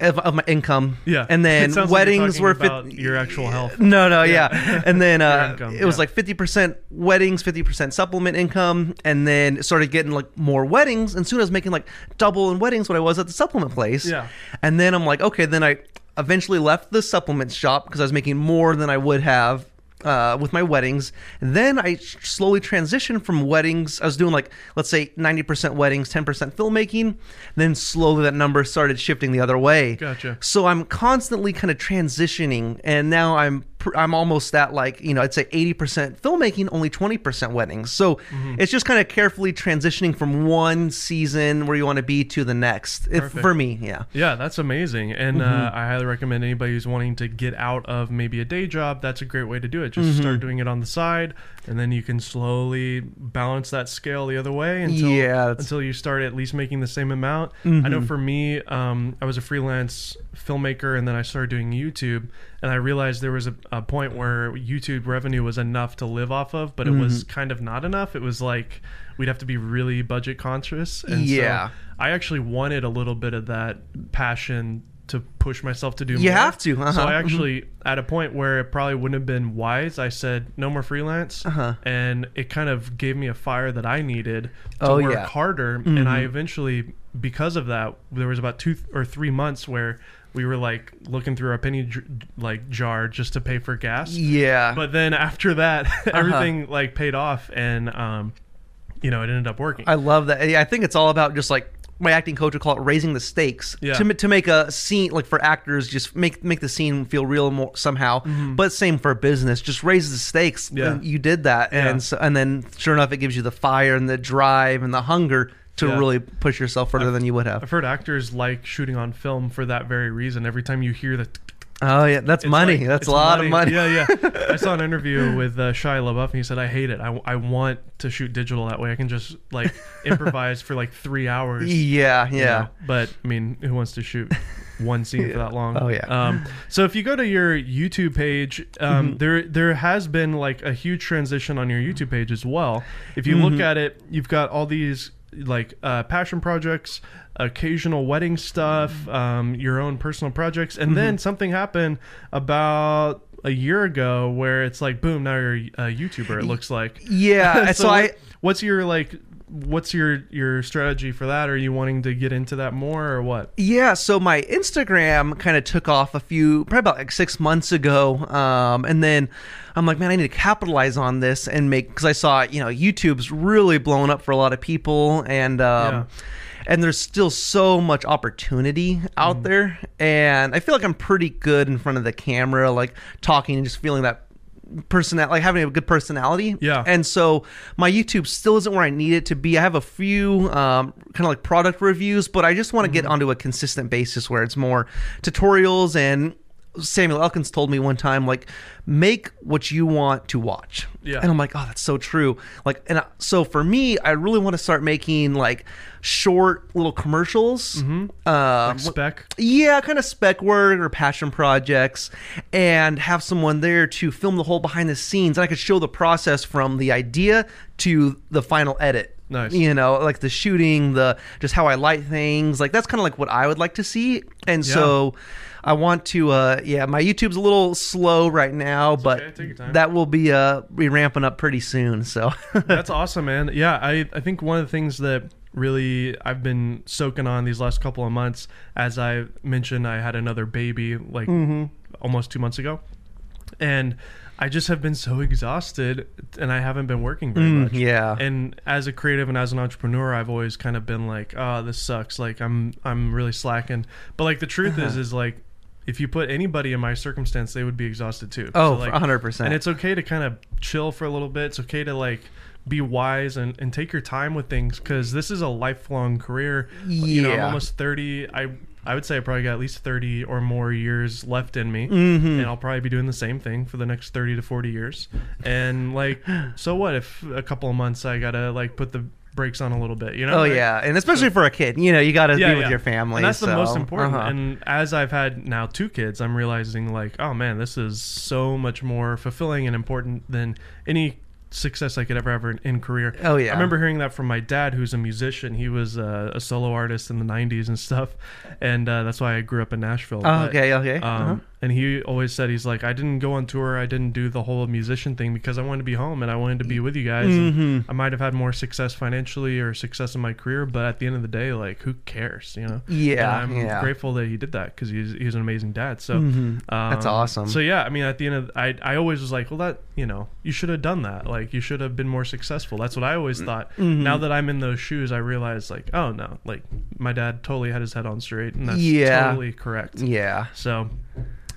of, of my income. Yeah. And then It sounds like you're weddings talking were about 50 your actual health. No, no, yeah. And then uh, income, it was yeah. like 50% weddings, 50% supplement income, and then it started getting like more weddings. And soon I was making like double in weddings what I was at the supplement place. Yeah. And then I'm like, okay, then I eventually left the supplement shop because I was making more than I would have uh, with my weddings. Then I sh- slowly transitioned from weddings. I was doing like, let's say 90% weddings, 10% filmmaking. Then slowly that number started shifting the other way. Gotcha. So I'm constantly kind of transitioning, and now I'm pr- I'm almost at like you know I'd say 80% filmmaking, only 20% weddings. So Mm-hmm. it's just kind of carefully transitioning from one season where you want to be to the next. If, Perfect. for me, yeah. Yeah, that's amazing. And Mm-hmm. uh, I highly recommend anybody who's wanting to get out of maybe a day job, that's a great way to do it. Just Mm-hmm. start doing it on the side, and then you can slowly balance that scale the other way until, Yeah, that's- Mm-hmm. until you start at least making the same amount. I know for me, um, I was a freelance filmmaker, and then I started doing YouTube, and I realized there was a, a point where YouTube revenue was enough to live off of, but it Mm-hmm. was kind of not enough. It was like we'd have to be really budget conscious. And so Yeah. I actually wanted a little bit of that passion to push myself to do more. You have to, So uh-huh. I actually, at a point where it probably wouldn't have been wise, I said, no more freelance. Uh-huh. And it kind of gave me a fire that I needed to Oh, work yeah. harder. And Mm-hmm. I eventually, because of that, there was about two th- or three months where we were like looking through our penny j- like jar just to pay for gas Yeah. but then after that Uh-huh. everything like paid off and um you know it ended up working I love that. Yeah, I think it's all about just like my acting coach would call it raising the stakes Yeah. to, ma- to make a scene like for actors just make make the scene feel real more somehow but same for business just raise the stakes Mm-hmm. Yeah. And you did that Yeah. and so, and then sure enough it gives you the fire and the drive and the hunger to Yeah. really push yourself further than you would have I've heard actors like shooting on film for that very reason. Every time you hear the t- t- oh yeah that's it's money like- that's it's a lot of money Yeah, yeah. I saw an interview with uh, Shia LaBeouf, and he said, "I hate it. I, I want to shoot digital that way. I can just like improvise for like three hours." yeah yeah, you know? But I mean, who wants to shoot one scene for that long? Oh, yeah. Um, so if you go to your YouTube page, Mm-hmm. um, there there has been like a huge transition on your YouTube page as well. If you Mm-hmm. look at it, you've got all these like uh, passion projects, occasional wedding stuff, um, your own personal projects, and then Mm-hmm. something happened about a year ago where it's like boom, now you're a YouTuber. It looks like Yeah, so, what- I what's your like what's your your strategy for that are you wanting to get into that more or what Yeah, so my Instagram kind of took off a few, probably about like six months ago, um, and then I'm like, man, I need to capitalize on this and make because I saw you know YouTube's really blown up for a lot of people, and um, Yeah. and there's still so much opportunity out Mm-hmm. there, and I feel like I'm pretty good in front of the camera, like talking and just feeling that personality, like having a good personality, Yeah. and so my YouTube still isn't where I need it to be. I have a few um, kind of like product reviews, but I just want to get onto a consistent basis where it's more tutorials. And Samuel Elkins told me one time, like, make what you want to watch. Yeah. And I'm like, oh, that's so true. Like, and I, so for me, I really want to start making like short little commercials. Um, spec yeah, kind of spec work or passion projects, and have someone there to film the whole behind the scenes. And I could show the process from the idea to the final edit. Nice. You know, like the shooting, the just how I light things. Like that's kind of like what I would like to see. And so I want to, uh, yeah, my YouTube's a little slow right now, but okay, take your time. that will be uh, be ramping up pretty soon. So that's awesome man yeah i i think one of the things that really i've been soaking on these last couple of Mm-hmm. months as i mentioned i had another baby like almost two months ago and I just have been so exhausted, and I haven't been working very Mm, much. yeah. And as a creative and as an entrepreneur, I've always kind of been like, "Ah, this sucks. Like, I'm I'm really slacking." But like the truth is, Uh-huh. is like, if you put anybody in my circumstance, they would be exhausted too. Oh, So, like, 100%. And it's okay to kind of chill for a little bit. It's okay to like be wise and, and take your time with things because this is a lifelong career. You know, I'm Yeah. almost 30. I I would say I probably got at least 30 or more years left in me. Mm-hmm. And I'll probably be doing the same thing for the next 30 to 40 years. And like, so what if a couple of months I got to like put the brakes on a little bit, you know? Oh Like, yeah, and especially for a kid, you know, you got to be with your family. and that's the so, most important. uh-huh. And as I've had now two kids, I'm realizing like, oh man, this is so much more fulfilling and important than any success I could ever have in, in career. Oh, yeah. I remember hearing that from my dad, who's a musician. He was uh, a solo artist in the '90s and stuff, and uh, that's why I grew up in Nashville. Oh, But, okay, okay. Um, Uh-huh. And he always said he's like, I didn't go on tour. I didn't do the whole musician thing because I wanted to be home and I wanted to be with you guys. and Mm-hmm. I might have had more success financially or success in my career, but at the end of the day, like, who cares? You know? Yeah, And I'm yeah. Mm-hmm. grateful that he did that because he's he's an amazing dad. So um, That's awesome. So yeah, I mean, at the end of I I always was like, well, that you know, you should have done that. Like, you should have been more successful. That's what I always thought. Mm-hmm. Now that I'm in those shoes, I realize like, oh no, like my dad totally had his head on straight, and that's Yeah. totally correct. yeah. So,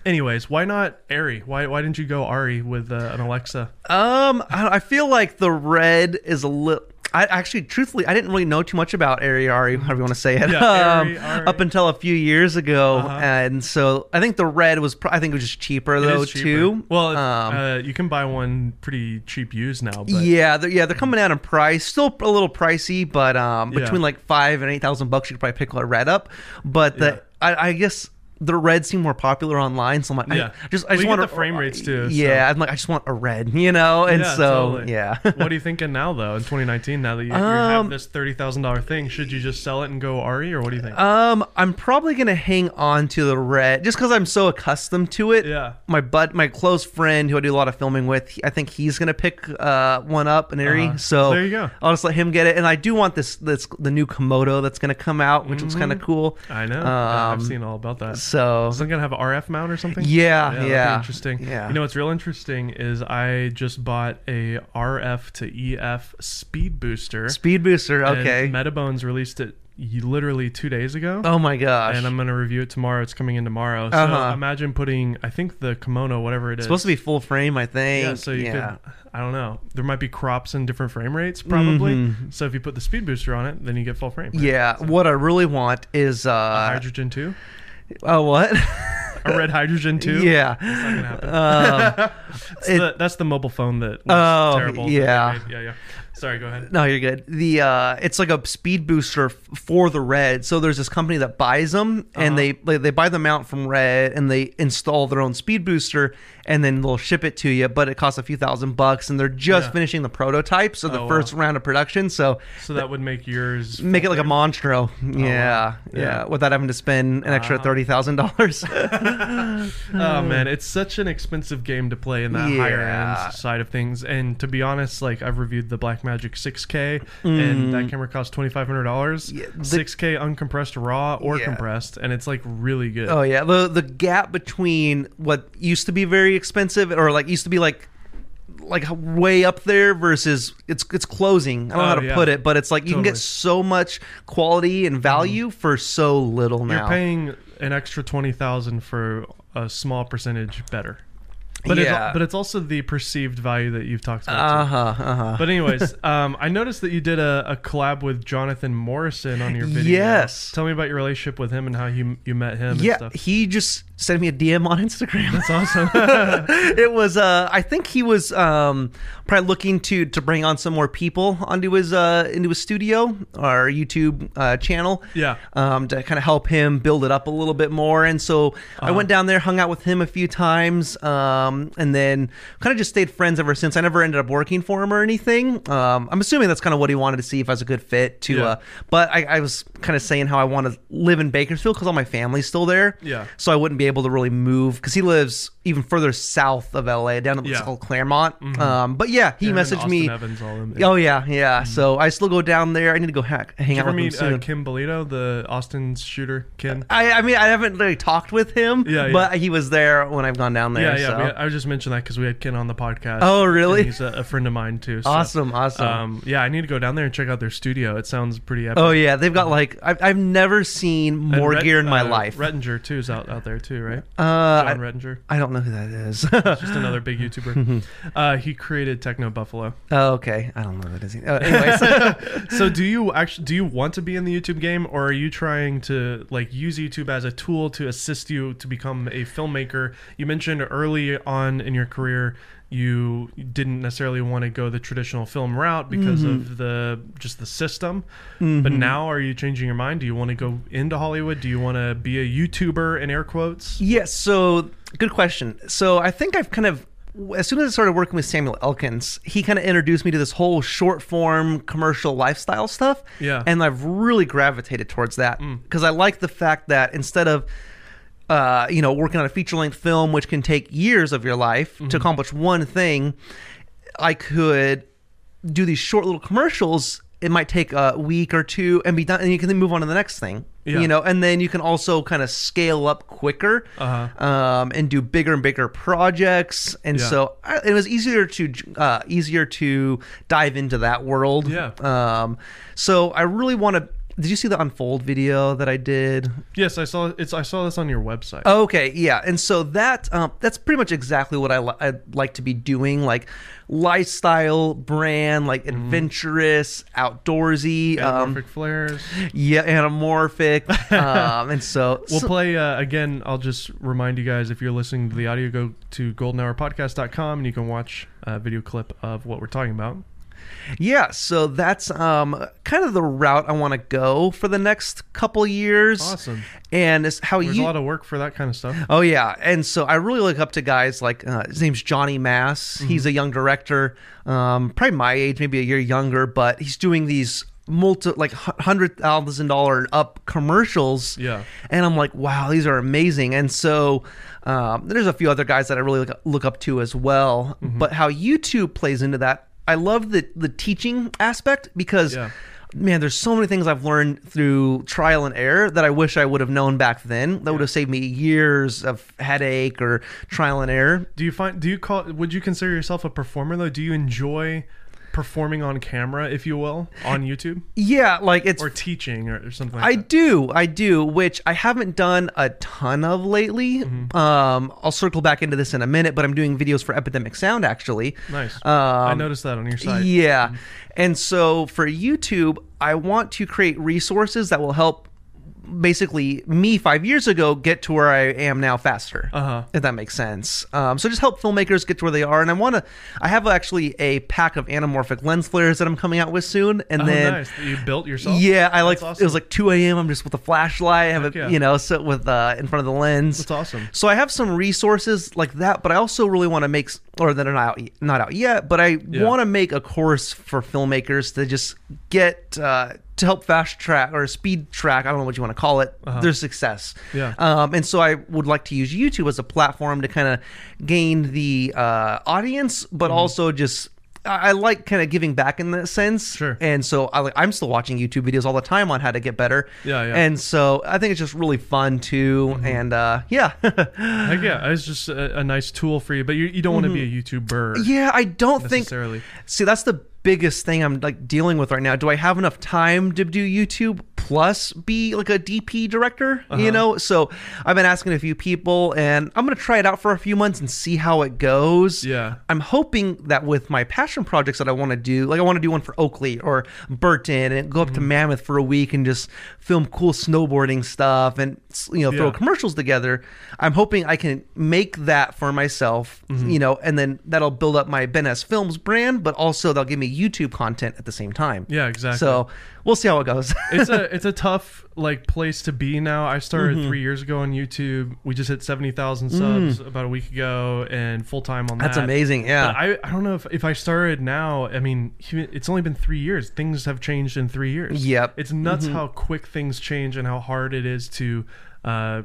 anyways, why not Ari? Why why didn't you go Ari with uh, an Alexa? Um, I, I feel like the red is a little. I actually, truthfully, I didn't really know too much about Ari Ari, however you want to say it, Yeah, Ari, um, Ari. up until a few years ago, and so I think the red was. Pro- I think it was just cheaper It is though cheaper. too. Well, Um, uh, you can buy one pretty cheap used now. But yeah, they're, yeah, they're coming out in price. Still a little pricey, but um, Yeah. between like five and eight thousand bucks, you could probably pick a red up. But the, Yeah. I, I guess the red seem more popular online, so I'm like, Yeah. I just, I Well, just you want get a- the frame rates, too, so- Yeah, I'm like, I just want a red, you know, and Yeah, so totally. yeah. what are you thinking now, though, in 2019? Now that you, you have Um, this thirty thousand dollar thing, should you just sell it and go Ari, or what do you think? Um, I'm probably gonna hang on to the red just because I'm so accustomed to it. Yeah. My bud, my close friend who I do a lot of filming with, he- I think he's gonna pick uh one up an airy. Uh-huh. So There you go. I'll just let him get it. And I do want this this the new Komodo that's gonna come out, which looks kind of cool. I know. Yeah, Um, I've seen all about that. so Mm-hmm. Uh, Is it gonna have an RF mount or something? Yeah, that'd be yeah, interesting. yeah. You know what's real interesting is I just bought a RF to EF speed booster. speed booster. and Okay. Metabones released it y- literally two days ago. oh my gosh. And I'm gonna review it tomorrow. It's coming in tomorrow. So Uh-huh. imagine putting, I think the kimono, whatever it is, supposed to be full frame, I think. Yeah, so you could. I don't know. There might be crops in different frame rates, probably. So if you put the speed booster on it, then you get full frame. right? Mm-hmm. yeah. What I really want is uh hydrogen too, oh what? a red hydrogen too. yeah. Not gonna happen. Um, It's it- the- that's the mobile phone that was Oh, terrible. that yeah. they made. yeah, yeah. Sorry, go ahead. No, you're good. The uh, it's like a speed booster f- for the red. So there's this company that buys them, Uh-huh. and they they they buy them out from red, and they install their own speed booster, and then they'll ship it to you. But it costs a few thousand bucks, and they're just Yeah. finishing the prototypes of the Oh, wow. first round of production. So So that would make yours make it like a Monstro, yeah, yeah, Oh, Yeah. Uh-huh. without having to spend an extra thirty thousand dollars. Hmm. Oh man, it's such an expensive game to play in that higher Yeah. end side of things. And to be honest, like I've reviewed the Blackmagic 6K, and that camera costs twenty five hundred dollars. Hmm. Yeah, the- 6K uncompressed raw or Yeah. compressed, and it's like really good. Oh yeah, the the gap between what used to be very expensive or like used to be like like way up there versus it's it's closing. I don't know Oh, how to yeah. put it, but it's like you can Totally. Mm-hmm. get so much quality and value for so little now. You're paying an extra twenty thousand for a small percentage better. But Yeah. it's, but it's also the perceived value that you've talked about. too. uh huh. Uh huh. But anyways, um, I noticed that you did a, a collab with Jonathan Morrison on your video. Yes. Tell me about your relationship with him and how you you met him. and Yeah, stuff. he just sent me a DM on Instagram. That's awesome. it was uh I think he was um probably looking to to bring on some more people onto his uh into his studio or YouTube uh channel. Yeah. Um to kind of help him build it up a little bit more. And so Uh-huh. I went down there, hung out with him a few times, um and then kind of just stayed friends ever since. I never ended up working for him or anything. Um I'm assuming that's kind of what he wanted to see if I was a good fit to Yeah. uh but I, I was kind of saying how I want to live in Bakersfield because all my family's still there. Yeah. So I wouldn't be able able to really move because he lives even further south of LA, down at Yeah. called Claremont. Um, but yeah, he And messaged Austin me. Evans, all them. Oh yeah, yeah. So I still go down there. I need to go hack, hang Did out you ever with him meet soon. Uh, uh, Kim Bolito, the Austin shooter? Kim. I, I mean, I haven't really talked with him, Yeah, yeah. but he was there when I've gone down Yeah, there. yeah. so. we- I was just mentioning that because we had Ken on the podcast. Oh, and really? He's a, a friend of mine too. so, Awesome, awesome. Um, yeah, I need to go down there and check out their studio. It sounds pretty epic. oh yeah, they've got like I've, I've never seen And more Rhett- gear in my uh, life. Rettinger too is out, out there too, right? uh, John I, Rettinger, I don't know who that is. just another big YouTuber. uh, he created Techno Buffalo. oh, okay, I don't know who that is. Uh, anyways, So, do you actually do you want to be in the YouTube game, or are you trying to like use YouTube as a tool to assist you to become a filmmaker? You mentioned early on in your career you didn't necessarily want to go the traditional film route because of the just the system. But now, are you changing your mind? Do you want to go into Hollywood? Do you want to be a YouTuber in air quotes? yes. So good question. So I think I've kind of. As soon as I started working with Samuel Elkins, he kind of introduced me to this whole short form commercial lifestyle stuff. Yeah. And I've really gravitated towards that Mm. because I like the fact that instead of uh, you know, working on a feature length film, which can take years of your life Mm-hmm. to accomplish one thing, I could do these short little commercials. It might take a week or two and be done, and you can then move on to the next thing. Yeah. You know, and then you can also kind of scale up quicker Uh-huh. um, and do bigger and bigger projects. And Yeah. so I, it was easier to uh, easier to dive into that world. Yeah. Um, so I really want to. Did you see the unfold video that I did? Yes, I saw it's I saw this on your Uh, website. Okay, yeah, and so that um, that's pretty much exactly what I li- I'd like to be doing, like lifestyle brand, like Mm-hmm. adventurous, outdoorsy, um, Anamorphic flares. yeah, anamorphic, um, and so, We'll so- play uh, again. I'll just remind you guys if you're listening to the audio, go to goldenhourpodcast.com and you can watch a video clip of what we're talking about. yeah, so that's um, kind of the route I want to go for the next couple years, Awesome. and it's how There's you a lot of work for that kind of stuff. Oh yeah, and so I really look up to guys like uh, his name's Johnny Mass. He's a young director, um, probably my age, maybe a year younger, but he's doing these multi like hu- hundred thousand dollar and up commercials. Yeah. and I'm like, wow, these are amazing. And so um, there's a few other guys that I really look, look up to as well. But how YouTube plays into that, I love the the teaching aspect because. Yeah. Man, there's so many things I've learned through trial and error that I wish I would have known back then. That would have saved me years of headache or trial and error. Do you find? Do you call? Would you consider yourself a performer though? Do you enjoy performing on camera, if you will, on YouTube Yeah, like it's or teaching or, or something? Like I that? do, I do, which I haven't done a ton of lately. Mm-hmm. Um, I'll circle back into this in a minute, but I'm doing videos for Epidemic Sound actually. nice. I Um, noticed that on your site. Mm-hmm. Yeah. And so for YouTube, I want to create resources that will help basically me five years ago get to where I am now faster. Uh-huh. If that makes sense. Um, so just help filmmakers get to where they are. And I want to, I have actually a pack of anamorphic lens flares that I'm coming out with soon. And Oh, then. nice. You built yourself. Yeah, I like That's it awesome. was like 2 a.m. I'm just with a flashlight, I have Heck it, yeah. you know, sit with uh, in front of the lens. That's awesome. So I have some resources like that, but I also really want to make, s- or that are not out, not out yet, but I Yeah. want to make a course for filmmakers to just get uh, to help fast track or speed track. I don't know what you want to call it. Their success. Uh-huh. Yeah. Um, and so I would like to use YouTube as a platform to kind of gain the uh, audience, but Mm-hmm. also just. I I like kind of giving back in that sense, Sure. and so I, like, I'm still watching YouTube videos all the time on how to get better. Yeah, Mm-hmm. yeah. And so I think it's just really fun too, and uh, yeah. Heck yeah, it's just a, a nice tool for you, but you, you don't want to be a YouTuber Yeah, I don't Mm-hmm. think. necessarily. See, that's the biggest thing I'm like dealing with right now. Do I have enough time to do YouTube plus be like a DP director? Uh-huh. You know, so I've been asking a few people, and I'm gonna try it out for a few months and see how it goes. Yeah. I'm hoping that with my passion projects that I want to do, like I want to do one for Oakley or Burton, and go up Mm-hmm. to Mammoth for a week and just film cool snowboarding stuff, and you know throw a Yeah. commercials together. I'm hoping I can make that for myself, Mm-hmm. you know, and then that'll build up my Ben S Films brand, but also they'll give me YouTube content at the same time. Yeah, exactly. So we'll see how it goes. it's a it's a tough like place to be now. I started Mm-hmm. three years ago on YouTube. We just hit seventy thousand subs about a week ago, and full time on Mm. That's that. amazing. Yeah. But I, I don't know if, if I started now. I mean, he- it's only been three years. Things have changed in three years. Yep. Mm-hmm. It's nuts how quick things change and how hard it is to uh,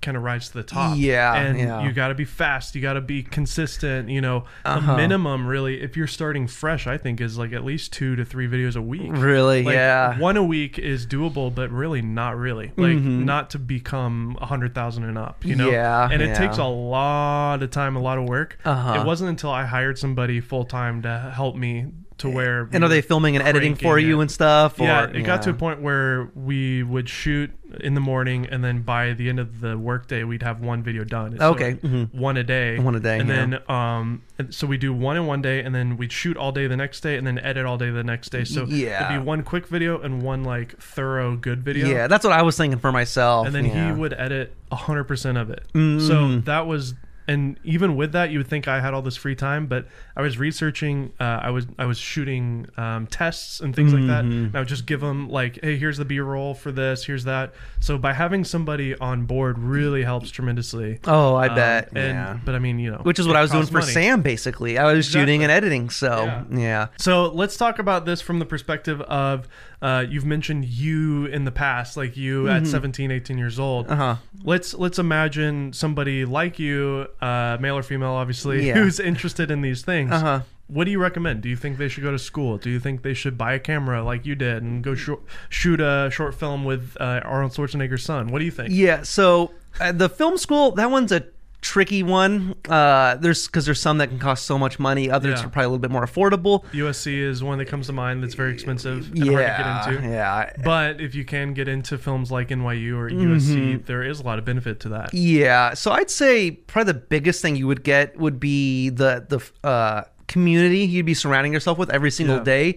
kind of rise to the top. Yeah, and yeah. you got to be fast. You got to be consistent. You know, Uh-huh. the minimum really, if you're starting fresh, I think is like at least two to three videos a week. Really? Like, yeah. one a week is doable, but really not really. Like Mhm. not to become a hundred thousand and up, you know. Yeah, and it yeah. takes a lot of time, a lot of work. Uh-huh. It wasn't until I hired somebody full time to help me to where. and are they filming and editing for cranking you it. and stuff? Or, yeah, it got to a point where we would shoot in the morning, and then by the end of the workday, we'd have one video done. So Okay, mhm. one a day, One a day, and yeah. then um, and so we do one in one day, and then we'd shoot all day the next day, and then edit all day the next day. So Yeah. it'd be one quick video and one like thorough good video. Yeah, that's what I was thinking for myself. and then yeah. he would edit hundred percent of it. So Mm. that was. And even with that, you would think I had all this free time, but I was researching. Uh, I was I was shooting um, tests and things like that. Mhm. And I would just give them like, hey, here's the B roll for this, here's that. So by having somebody on board really helps tremendously. Oh, I Um, bet. And, yeah. But I mean, you know, Which is what it I was doing costs for money. Sam, basically. I was shooting Exactly. and editing, so yeah. So let's talk about this from the perspective of uh, you've mentioned you in the past, like you at 17, 18 years old. Mm-hmm. Uh-huh. Let's let's imagine somebody like you, uh, male or female, obviously, Yeah. who's interested in these things. Uh-huh. What do you recommend? Do you think they should go to school? Do you think they should buy a camera like you did and go shor- shoot a short film with uh, Arnold Schwarzenegger's son? What do you think? Yeah, so uh, the film school, that one's a tricky one. Uh there's cuz there's some that can cost so much money, others Yeah. are probably a little bit more affordable. USC is one that comes to mind that's very expensive and yeah. hard to get into. Yeah. But if you can get into films like NYU or USC, there is a lot of benefit to that. Mm-hmm. Yeah, so I'd say probably the biggest thing you would get would be the the uh, community you'd be surrounding yourself with every single Yeah. day,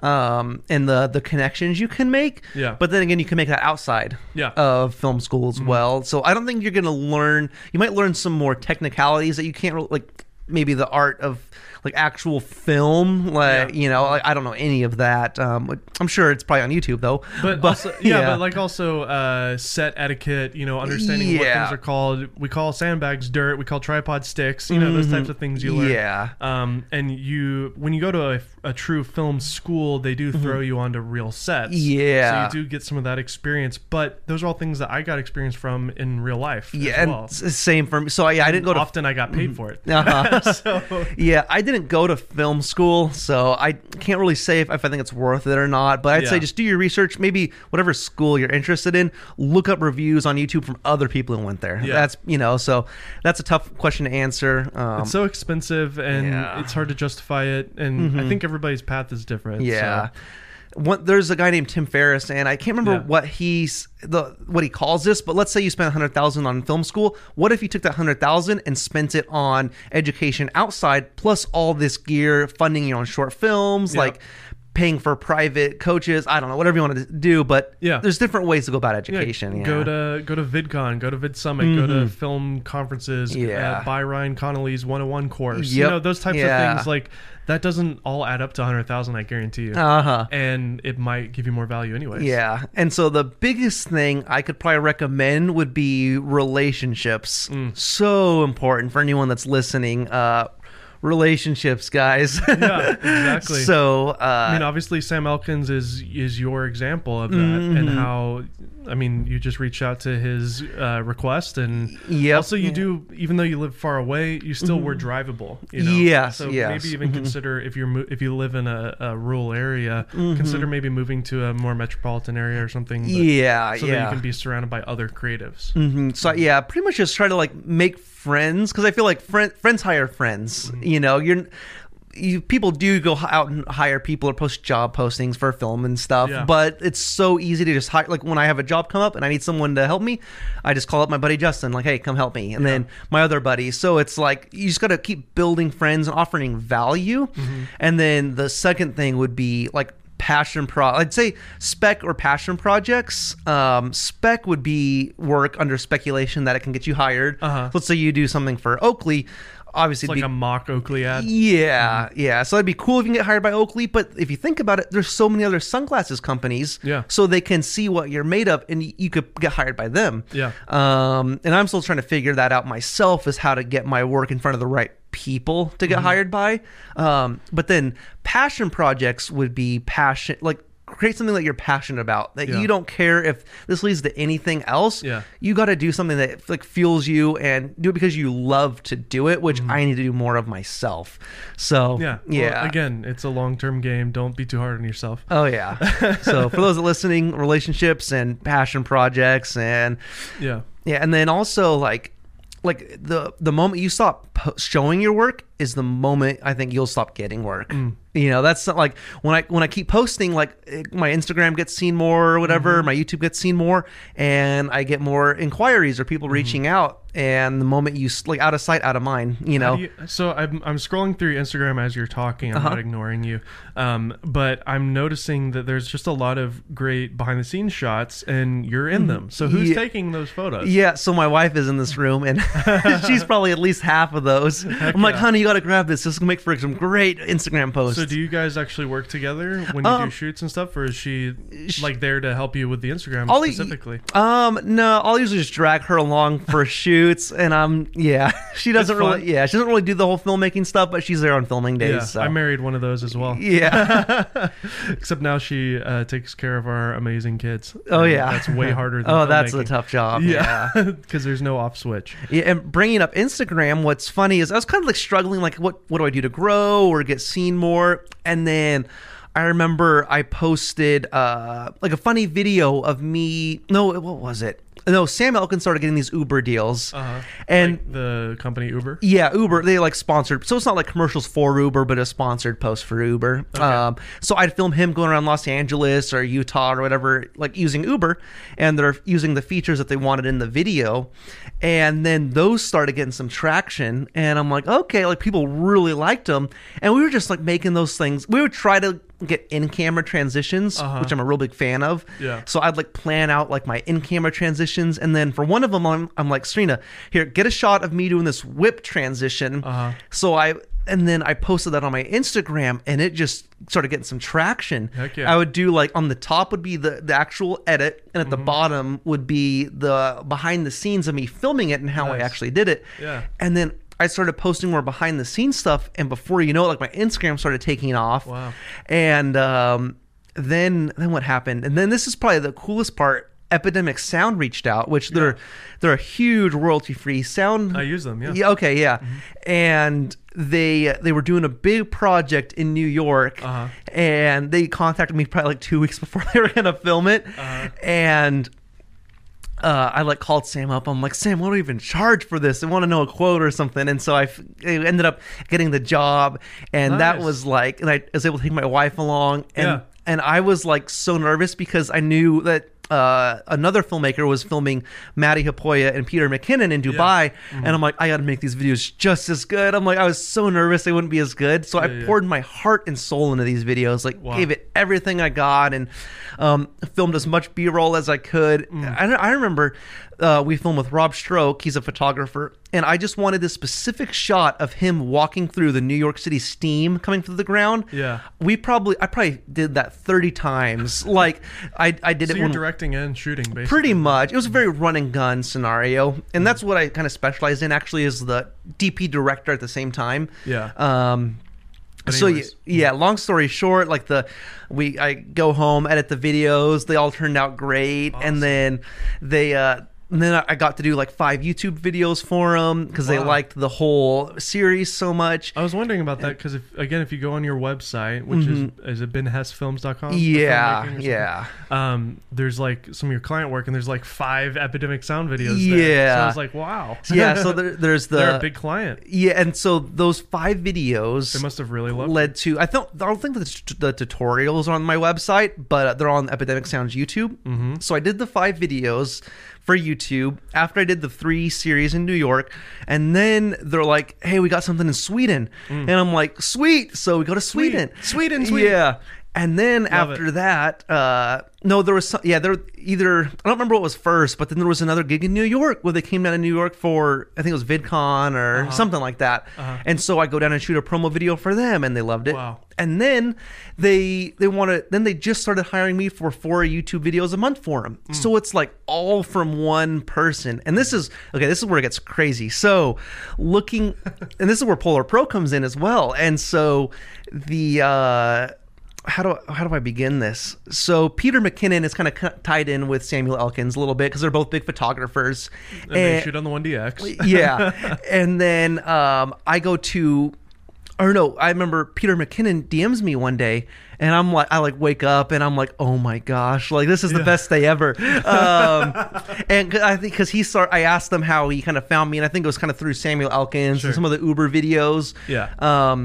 um, and the the connections you can make. Yeah. But then again, you can make that outside Yeah. Mm-hmm. of film school as well. So I don't think you're going to learn. You might learn some more technicalities that you can't re- like maybe the art of like actual film like Yeah. you know like, i don't know any of that um i'm sure it's probably on youtube though But, also, yeah, but like also uh, set etiquette, you know, understanding what Yeah. things are called. We call sandbags dirt. We call tripod sticks. You know, those types of things you learn. Mm-hmm. yeah Um, and you, when you go to a, a true film school, they do throw you onto real sets. Mm-hmm. Yeah. So you do get some of that experience. But those are all things that I got experience from in real life. yeah As and well. s- same for me so yeah i didn't go to Often I got paid for it. Uh-huh. so yeah, I didn't go to film school, so I can't really say if, if I think it's worth it or not. But I'd Yeah. say just do your research. Maybe whatever school you're interested in, look up reviews on YouTube from other people who went there. Yeah. That's you know, so that's a tough question to answer. Um, it's so expensive and Yeah. it's hard to justify it. And I think everybody's path is different. yeah. So. One, there's a guy named Tim Ferriss, and I can't remember Yeah. what he's the what he calls this, but let's say you spent a hundred thousand on film school. What if you took that hundred thousand and spent it on education outside, plus all this gear, funding your own short films, Yeah. like paying for private coaches? I don't know, whatever you want to do, but Yeah. there's different ways to go about Yeah, education. Yeah, Go to go to VidCon, go to VidSummit, go to film conferences. Yeah. Uh, buy Ryan Connolly's 101 course. You Yep. know those types Yeah. of things. Like that doesn't all add up to 100,000. I guarantee you. uh huh. and it might give you more value anyways. Yeah. And so the biggest thing I could probably recommend would be relationships. Mm. So important for anyone that's listening. Uh, relationships, guys. Yeah, exactly. so, uh, I mean, obviously, Sam Elkins is is your example of that, and how I mean, you just reached out to his uh, request, and Yep, also you yeah. do, even though you live far away, you still were drivable. You know? Yes, so yes. maybe even consider if you're mo- if you live in a, a rural area, consider maybe moving to a more metropolitan area or something. but- yeah, so yeah. that you can be Mm-hmm. surrounded by other creatives. hmm So yeah, pretty much just try to like make friends because I feel like friend, friends hire friends. Mm-hmm. You know, you're you people do go h- out and hire people or post job postings for film and stuff, Yeah. but it's so easy to just hire. Like when I have a job come up and I need someone to help me, I just call up my buddy Justin, like, hey, come help me, and then my other buddy. So it's like you just got to keep building friends and offering value, Mm-hmm. and then the second thing would be like passion pro i'd say spec or passion projects um spec would be work under speculation that it can get you hired Uh-huh. So let's say you do something for oakley obviously It's it'd like a mock Oakley ad. be, yeah yeah so that'd be cool if you can get hired by oakley but if you think about it there's so many other sunglasses companies Yeah. so they can see what you're made of and y- you could get hired by them Yeah. um and i'm still trying to figure that out myself is how to get my work in front of the right people Mm-hmm. to get hired by um but then passion projects would be passion like create something that you're passionate about that Yeah. you don't care if this leads to anything else Yeah. you got to do something that like fuels you and do it because you love to do it which i need to do more of myself so Mm-hmm. Yeah. Well, yeah again, it's a long term game. Don't be too hard on yourself. Oh yeah. so for those that are listening, relationships and passion projects and Yeah. yeah, and then also like like the the moment you stop po- showing your work is the moment I think you'll stop getting work. Mm. You know, that's not like when I when I keep posting like it- my Instagram gets seen more or whatever, Mm-hmm. my YouTube gets seen more and I get more inquiries or Mm-hmm. people reaching out and the moment you s- like out of sight out of mind, you know. How do you- so I'm, I'm scrolling through your Instagram as you're talking. I'm Uh-huh. not ignoring you, um, but I'm noticing that there's just a lot of great behind the scenes shots, and you're Mm-hmm. in them. So who's Yeah. taking those photos? Yeah, so my wife is in this room, and she's probably at least half of those. I'm like, yeah. honey, you gotta grab this. This is gonna make for some great Instagram posts. So do you guys actually work together when you Um, do shoots and stuff, or is she like there to help you with the Instagram I'll- specifically? um, no, I'll usually just drag her along for shoots, and I'm yeah, she doesn't It's fun. really yeah, she doesn't really do the whole filmmaking stuff, but she's there on filming days. yeah, so. I married one of those as well. yeah, Except now she uh, takes care of our amazing kids. Oh, And yeah. that's way harder. than oh, that's filmmaking. a tough job. Yeah, because there's no off switch. Yeah, and bringing up Instagram, what's funny is I was kind of like struggling, like what what do I do to grow or get seen more? And then I remember I posted uh, like a funny video of me. No, what was it? No, Sam Elkin started getting these Uber deals, Uh-huh. and The company Uber. yeah, Uber. They like sponsored, so it's not like commercials for Uber, but a sponsored post for Uber. Um, so I'd film him going around Los Angeles or Utah or whatever, like using Uber, and they're using the features that they wanted in the video, and then those started getting some traction, and I'm like, okay, like people really liked them, and we were just like making those things. We would try to get in-camera transitions, which I'm a real big fan of. Yeah. So I'd like plan out like my in camera transitions, and then for one of them, I'm, I'm like Serena, here, get a shot of me doing this whip transition. Uh-huh. So I and then I posted that on my Instagram, and it just started getting some traction. Heck yeah. I would do like on the top would be the the actual edit, and Mm-hmm. at the bottom would be the behind the scenes of me filming it and how I Nice. actually did it. Yeah. And then. I started posting more behind the scenes stuff, and before you know it, like my Instagram started taking off. Wow. And um, then then what happened? And then this is probably the coolest part. Epidemic Sound reached out, which they're they're a huge royalty free sound. I use them, yeah. Mm-hmm. Okay. Yeah. And they they were doing a big project in New York, Uh-huh. and they contacted me probably like two weeks before they were gonna film it, Uh-huh. and uh, I like called Sam up. I'm like, Sam, what do we even charge for this? I want to know a quote or something. And so I f- I ended up getting the job, and that Nice. was like, and I was able to take my wife along, and Yeah. and I was like so nervous because I knew that. Uh, another filmmaker was filming Maddie Hapoya and Peter McKinnon in Dubai, and Mm-hmm. I'm like, I got to make these videos just as good. I'm like, I was so nervous they wouldn't be as good, so I yeah. poured my heart and soul into these videos, like Wow. gave it everything I got and um, filmed as much B roll as I could. Mm. I, I remember uh, we filmed with Rob Stroke, he's a photographer, and I just wanted this specific shot of him walking through the New York City steam coming through the ground. Yeah. We probably, I probably did that 30 times. like, I, I did So it you're when. directing and shooting, basically. Pretty much, it was a very run and gun scenario, and that's what I kind of specialize in. Actually, is the DP director at the same time. Yeah. Um, But so yeah, anyways. yeah, long story short, like the we I go home, edit the videos, they all turned out great, and then they uh and then I got to do like five YouTube videos for them because they Wow. Oh, liked the whole series so much. I was wondering about that because, if, again, if you go on your website, which is is it benhessfilms.com? for filmmaking or Mm-hmm. yeah, something? yeah. Um, there's like some of your client work, and there's like five epidemic sound videos. There. So I Yeah. was like, wow. Yeah, so there, there's the they're a big client. yeah, and so those five videos They must have really loved. it. led to I don't I don't think the, t- the tutorials are on my website, but uh, they're on Epidemic Sounds YouTube. Mm-hmm. So I did the five videos for YouTube after I did the three series in New York, and then they're like, "Hey, we got something in Sweden," and I'm like, "Sweet!" So we go to Sweden, Sweden, Sweden. yeah. And then after it. that, uh, no, there was some, yeah, there either I don't remember what was first, but then there was another gig in New York where they came down to New York for I think it was VidCon or Uh-huh. something like that. And so I go down and shoot a promo video for them, and they loved it. Wow. And then they they want to then they just started hiring me for four YouTube videos a month for them. So it's like all from one person. And this is okay. This is where it gets crazy. So looking, and this is where Polar Pro comes in as well. And so the. uh how do how do I begin this? So Peter McKinnon is kind of tied in with Samuel Elkins a little bit because they're both big photographers. And Eh. they shoot on the 1DX. yeah, and then um, I go to, or no, I remember Peter McKinnon DMs me one day, and I'm like, I like wake up and I'm like, oh my gosh, like this is the best day ever. Um, and 'cause I think because he start, I asked him how he kind of found me, and I think it was kind of through Samuel Elkins Sure. and some of the Uber videos. Yeah. Um,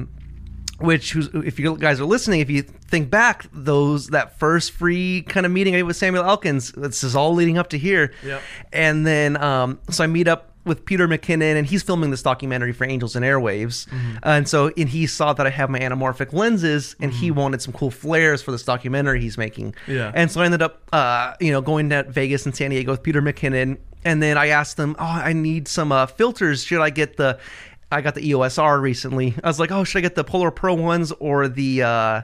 which was- if you guys are listening, if you think back, those that first free kind of meeting I did with Samuel Elkins, this is all leading up to here. Yep. And then um, so I meet up with Peter McKinnon, and he's filming this documentary for Angels and Airwaves, and so and he saw that I have my anamorphic lenses, and he wanted some cool flares for this documentary he's making. Yeah. And so I ended up, uh, you know, going to Vegas and San Diego with Peter McKinnon, and then I asked him, "Oh, I need some uh, filters. Should I get the?" I got the EOS R recently. I was like, "Oh, should I get the Polar Pro ones or the?" Uh,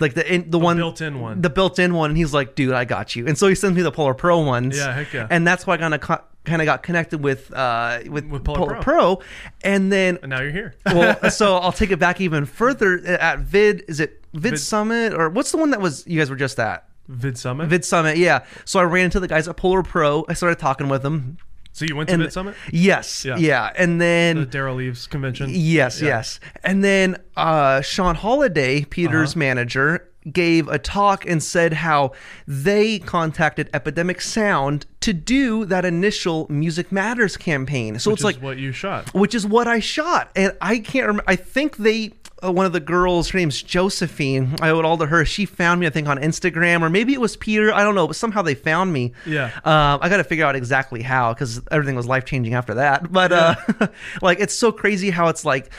like the in, the, one built-in one. the built-in one, and he's like, "Dude, I got you." And so he sends me the Polar Pro ones, Yeah, heck yeah. and that's why I kind of kind of got connected with uh, with, With Polar Polar, Pro. and then And now you're here. well, so I'll take it back even further uh, at Vid. Is it Vid, Vid- Summit or what's the one that was you guys were just at? Vid Summit. Vid Summit, yeah. So I ran into the guys at Polar Pro. I started talking with them. so you went to and- Vid Summit? Yes, Yeah. yeah, and then The Daryl Leaves convention? Yes, Yeah. yes. And then uh, Sean Holiday, Peter's Uh-huh. manager, gave a talk and said how they contacted Epidemic Sound to do that initial Music Matters campaign. So Which it's like, is what you shot. which is what I shot. And I can't remember. I think they. Uh, one of the girls, her name's Josephine. I owe it all to her. She found me, I think, on Instagram, or maybe it was Peter. I don't know, but somehow they found me. Yeah. Um, I got to figure out exactly how because everything was life changing after that. But uh, like, it's so crazy how it's like,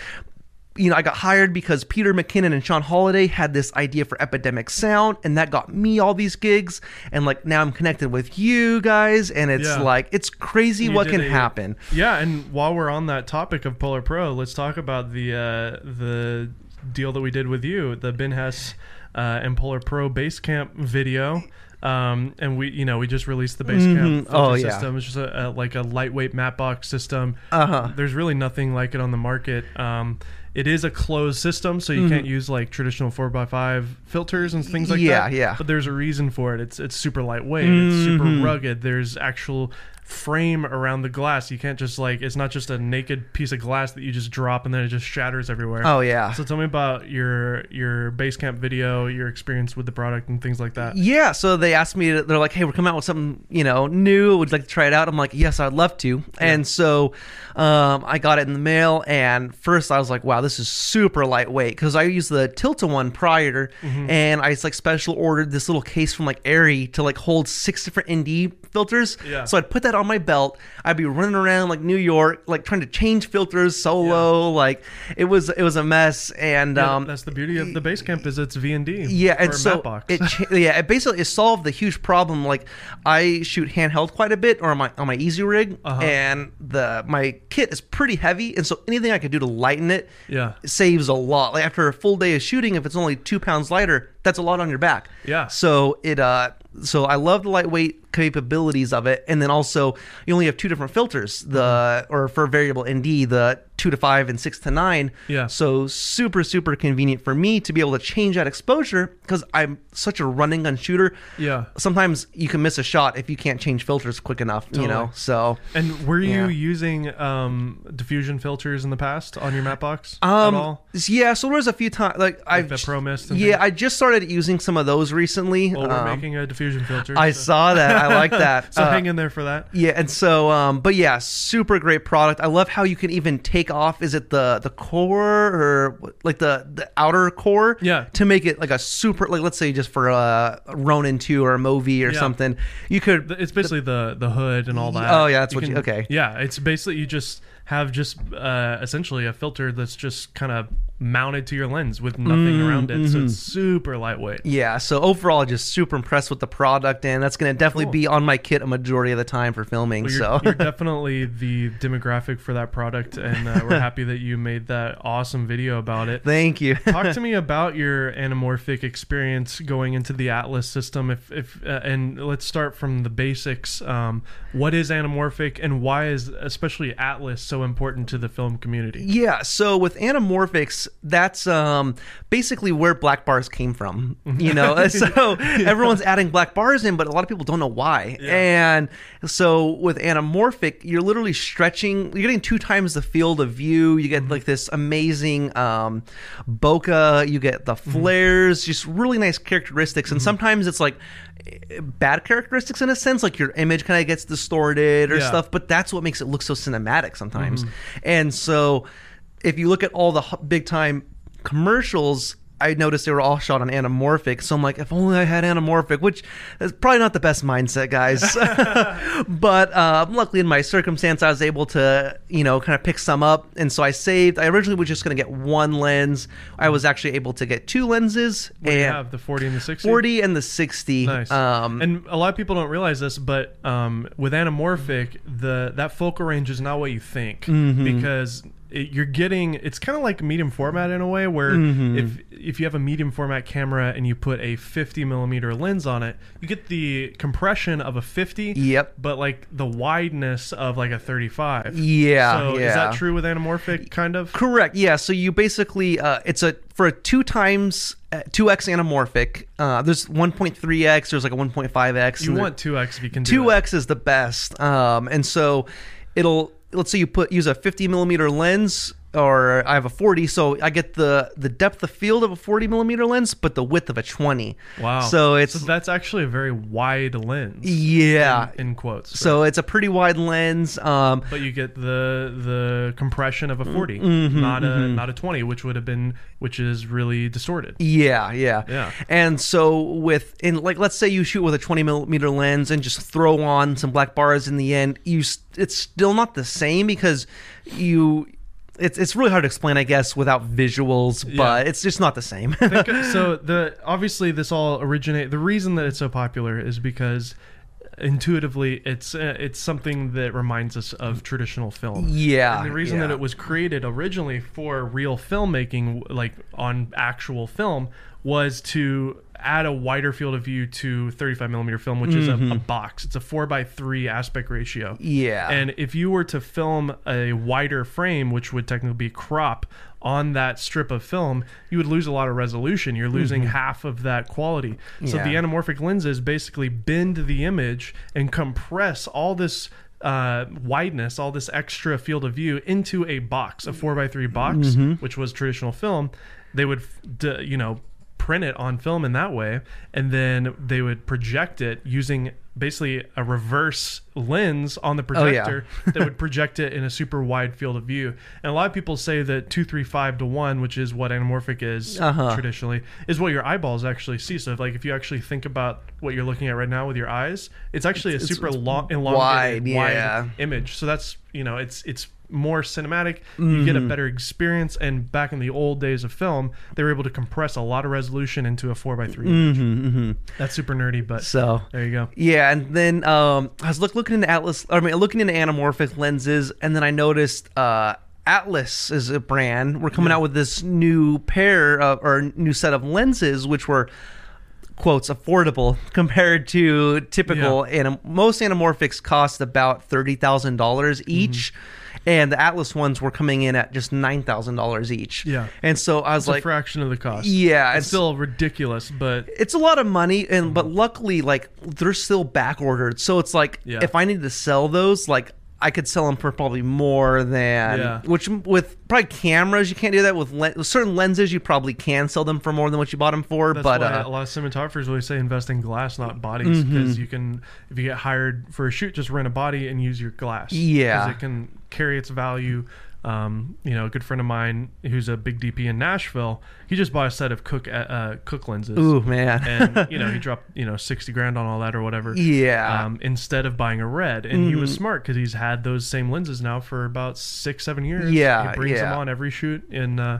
you know, I got hired because Peter McKinnon and Sean Holiday had this idea for Epidemic Sound, and that got me all these gigs. And like now I'm connected with you guys, and it's Yeah. like it's crazy You what did can a- happen. Yeah, and while we're on that topic of Polar Pro, let's talk about the uh, the deal that we did with you, the Ben Hess uh, and Polar Pro Basecamp video. Um, and we, you know, we just released the Basecamp Mhm. filter Oh, yeah. system. It's just a, a, like a lightweight map box system. Uh-huh. There's really nothing like it on the market. Um, it is a closed system, so you can't use like traditional four x five filters and things like Mm-hmm. Yeah, that. yeah. Mm-hmm. But there's a reason for it. It's it's super lightweight. It's Hmm. super rugged. There's actual frame around the glass. You can't just like it's not just a naked piece of glass that you just drop and then it just shatters everywhere. Oh yeah. So tell me about your your Basecamp video, your experience with the product and things like that. Yeah, so they asked me. To, they're like, "Hey, we're coming out with something, you know, new. Would you like to try it out?" I'm like, "Yes, I'd love to." And so, um, I got it in the mail, and first I was like, "Wow, this is super lightweight." Because I used the Tilta one prior, Mm-hmm. and I just like special ordered this little case from like Airy to like hold six different ND filters. Yeah. So I'd put that on my belt. I'd be running around like New York, like trying to change filters solo. Like it was, it was a mess. And Yeah, um, that's the beauty of the Basecamp is it's V and D. yeah, and or so map box. it cha- yeah, it basically it solved the huge problem. Like I shoot handheld quite a bit, or on my on my Easy Rig, Uh-huh. and the my kit is pretty heavy, and so anything I could do to lighten it Yeah. saves a lot. Like after a full day of shooting, if it's only two pounds lighter, that's a lot on your back. Yeah. So it uh so I love the lightweight capabilities of it, and then also you only have two different filters, the Mm-hmm. or for variable ND the two to five and six to nine. Yeah. So super super convenient for me to be able to change that exposure because I'm such a running gun shooter. Yeah. Sometimes you can miss a shot if you can't change filters quick enough. You know. Totally. So. And were you Yeah. using um, diffusion filters in the past on your map box Um, at all? Yeah, so there was a few times like, I've the Pro Mist and Yeah, things? I just started using some of those recently. Well, we're Um, making a diffusion filter. I so- saw that. I like that. So Uh, hang in there for that. yeah, and so, um, but yeah, super great product. I love how you can even take off. Is it the the core or what- like the the outer core? Yeah. To make it like a super, like let's say just for a Ronin two or a Movi or Yeah. something, you could. The- It's basically the the hood and all that. Oh, yeah, that's what you- okay. Yeah, it's basically you just have just uh, essentially a filter that's just kind of mounted to your lens with nothing Mm, around it, mm-hmm. so it's super lightweight. Yeah, so overall, just super impressed with the product, and that's going to definitely Cool. be on my kit a majority of the time for filming. You're, so you're definitely the demographic for that product, and uh, we're happy that you made that awesome video about it. thank you. Talk to me about your anamorphic experience going into the Atlas system. If, if uh, and let's start from the basics. Um, what is anamorphic, and why is especially Atlas so important to the film community? Yeah, so with anamorphics, that's um, basically where black bars came from. You know, so everyone's adding black bars in, but a lot of people don't know why. And so with anamorphic, you're literally stretching. You're getting two times the field of view. You get like this amazing um, bokeh. You get the flares. Just really nice characteristics. And sometimes it's like eh, bad characteristics in a sense like your image kind of gets distorted or Yeah. stuff but that's what makes it look so cinematic sometimes. Mm-hmm. And so, if you look at all the big time commercials, I noticed they were all shot on anamorphic. So I'm like, if only I had anamorphic, which is probably not the best mindset, guys. but uh, luckily, in my circumstance, I was able to, you know, kind of pick some up. And so I saved. I originally was just going to get one lens. I was actually able to get two lenses We and have the 40 and the 60. 40 and the 60. Nice. Um, and a lot of people don't realize this, but um, with anamorphic, the that focal range is not what you think Mm-hmm. because it, you're getting. It's kind of like medium format in a way, where Mm-hmm. if if you have a medium format camera and you put a 50 millimeter lens on it, you get the compression of a 50. Yep. But like the wideness of like a 35. Yeah, So is yeah. that true with anamorphic? Kind of. Correct. Yeah. So you basically uh, it's a for a two times uh, two x anamorphic. Uh, there's 1.3x. There's like a 1.5x. You and want 2x if you can. do two that. x is the best. Um, and so it'll let's say you put use a 50 millimeter lens or I have a 40, so I get the the depth of field of a 40 millimeter lens, but the width of a 20. Wow. So it's that's actually a very wide lens. yeah. in quotes. right? So it's a pretty wide lens. Um, but you get the the compression Mm-hmm. of a 40, not a not a 20, which would have been which is really distorted. Yeah, yeah, Yeah. And so with in like let's say you shoot with a twenty millimeter lens and just throw on some black bars in the end, you s- it's still not the same because you. It's, it's really hard to explain, I guess, without visuals, but it's just not the same. so the obviously this all originate the reason that it's so popular is because intuitively it's uh, it's something that reminds us of traditional film. yeah. And the reason yeah. that it was created originally for real filmmaking, w- like on actual film, was to add a wider field of view to 35 millimeter film, which is a, a box. It's a four by three aspect ratio. Mm-hmm. Yeah. And if you were to film a wider frame, which would technically be crop on that strip of film, you would lose a lot of resolution. You're losing half of that quality. So Mm-hmm. Yeah. the anamorphic lenses basically bend the image and compress all this uh, wideness, all this extra field of view into a box, a four by three box, Mm-hmm. which was traditional film. They would, f- d- you know, print it on film in that way, and then they would project it using basically a reverse lens on the Oh, yeah. projector that would project it in a super wide field of view. And a lot of people say that two three five to one, which is what anamorphic is Uh-huh. traditionally, is what your eyeballs actually see. So, if, like if you actually think about what you're looking at right now with your eyes, it's actually a super long, elongated, wide, yeah. image. So that's you know, it's it's more cinematic. You Mm-hmm. get a better experience. And back in the old days of film, they were able to compress a lot of resolution into a four by three. image. Mm-hmm, That's super nerdy, but so there you go. Yeah, and then um, I was look, looking into Atlas. I mean, looking into anamorphic lenses, and then I noticed uh, Atlas is a brand. We're coming out with this new pair of, or new set of lenses, which were quotes affordable compared to typical. Anam- most anamorphics cost about thirty thousand dollars each. Mm-hmm. And the Atlas ones were coming in at just nine thousand dollars each. Yeah. and so I was It's a like, fraction of the cost. yeah, It's still ridiculous, but it's a lot of money and Mm-hmm. but luckily like they're still back ordered so it's like Yeah. if i need to sell those like i could sell them for probably more than Yeah. which with probably cameras you can't do that with, len- with certain lenses you probably can sell them for more than what you bought them for That's but why uh, Mm-hmm. a lot of cinematographers always say invest in glass, not bodies, because you can, if you get hired for a shoot, just rent a body and use your glass. 'Cause Yeah. it can carry its value. Um, you know, a good friend of mine who's a big DP in Nashville, he just bought a set of Cook uh, uh, Cook lenses, ooh man and you know he dropped you know sixty grand on all that or whatever. yeah Mm-hmm. Um, instead of buying a red, and he was smart because he's had those same lenses now for about six, seven years. Yeah, he brings yeah. them on every shoot, and uh,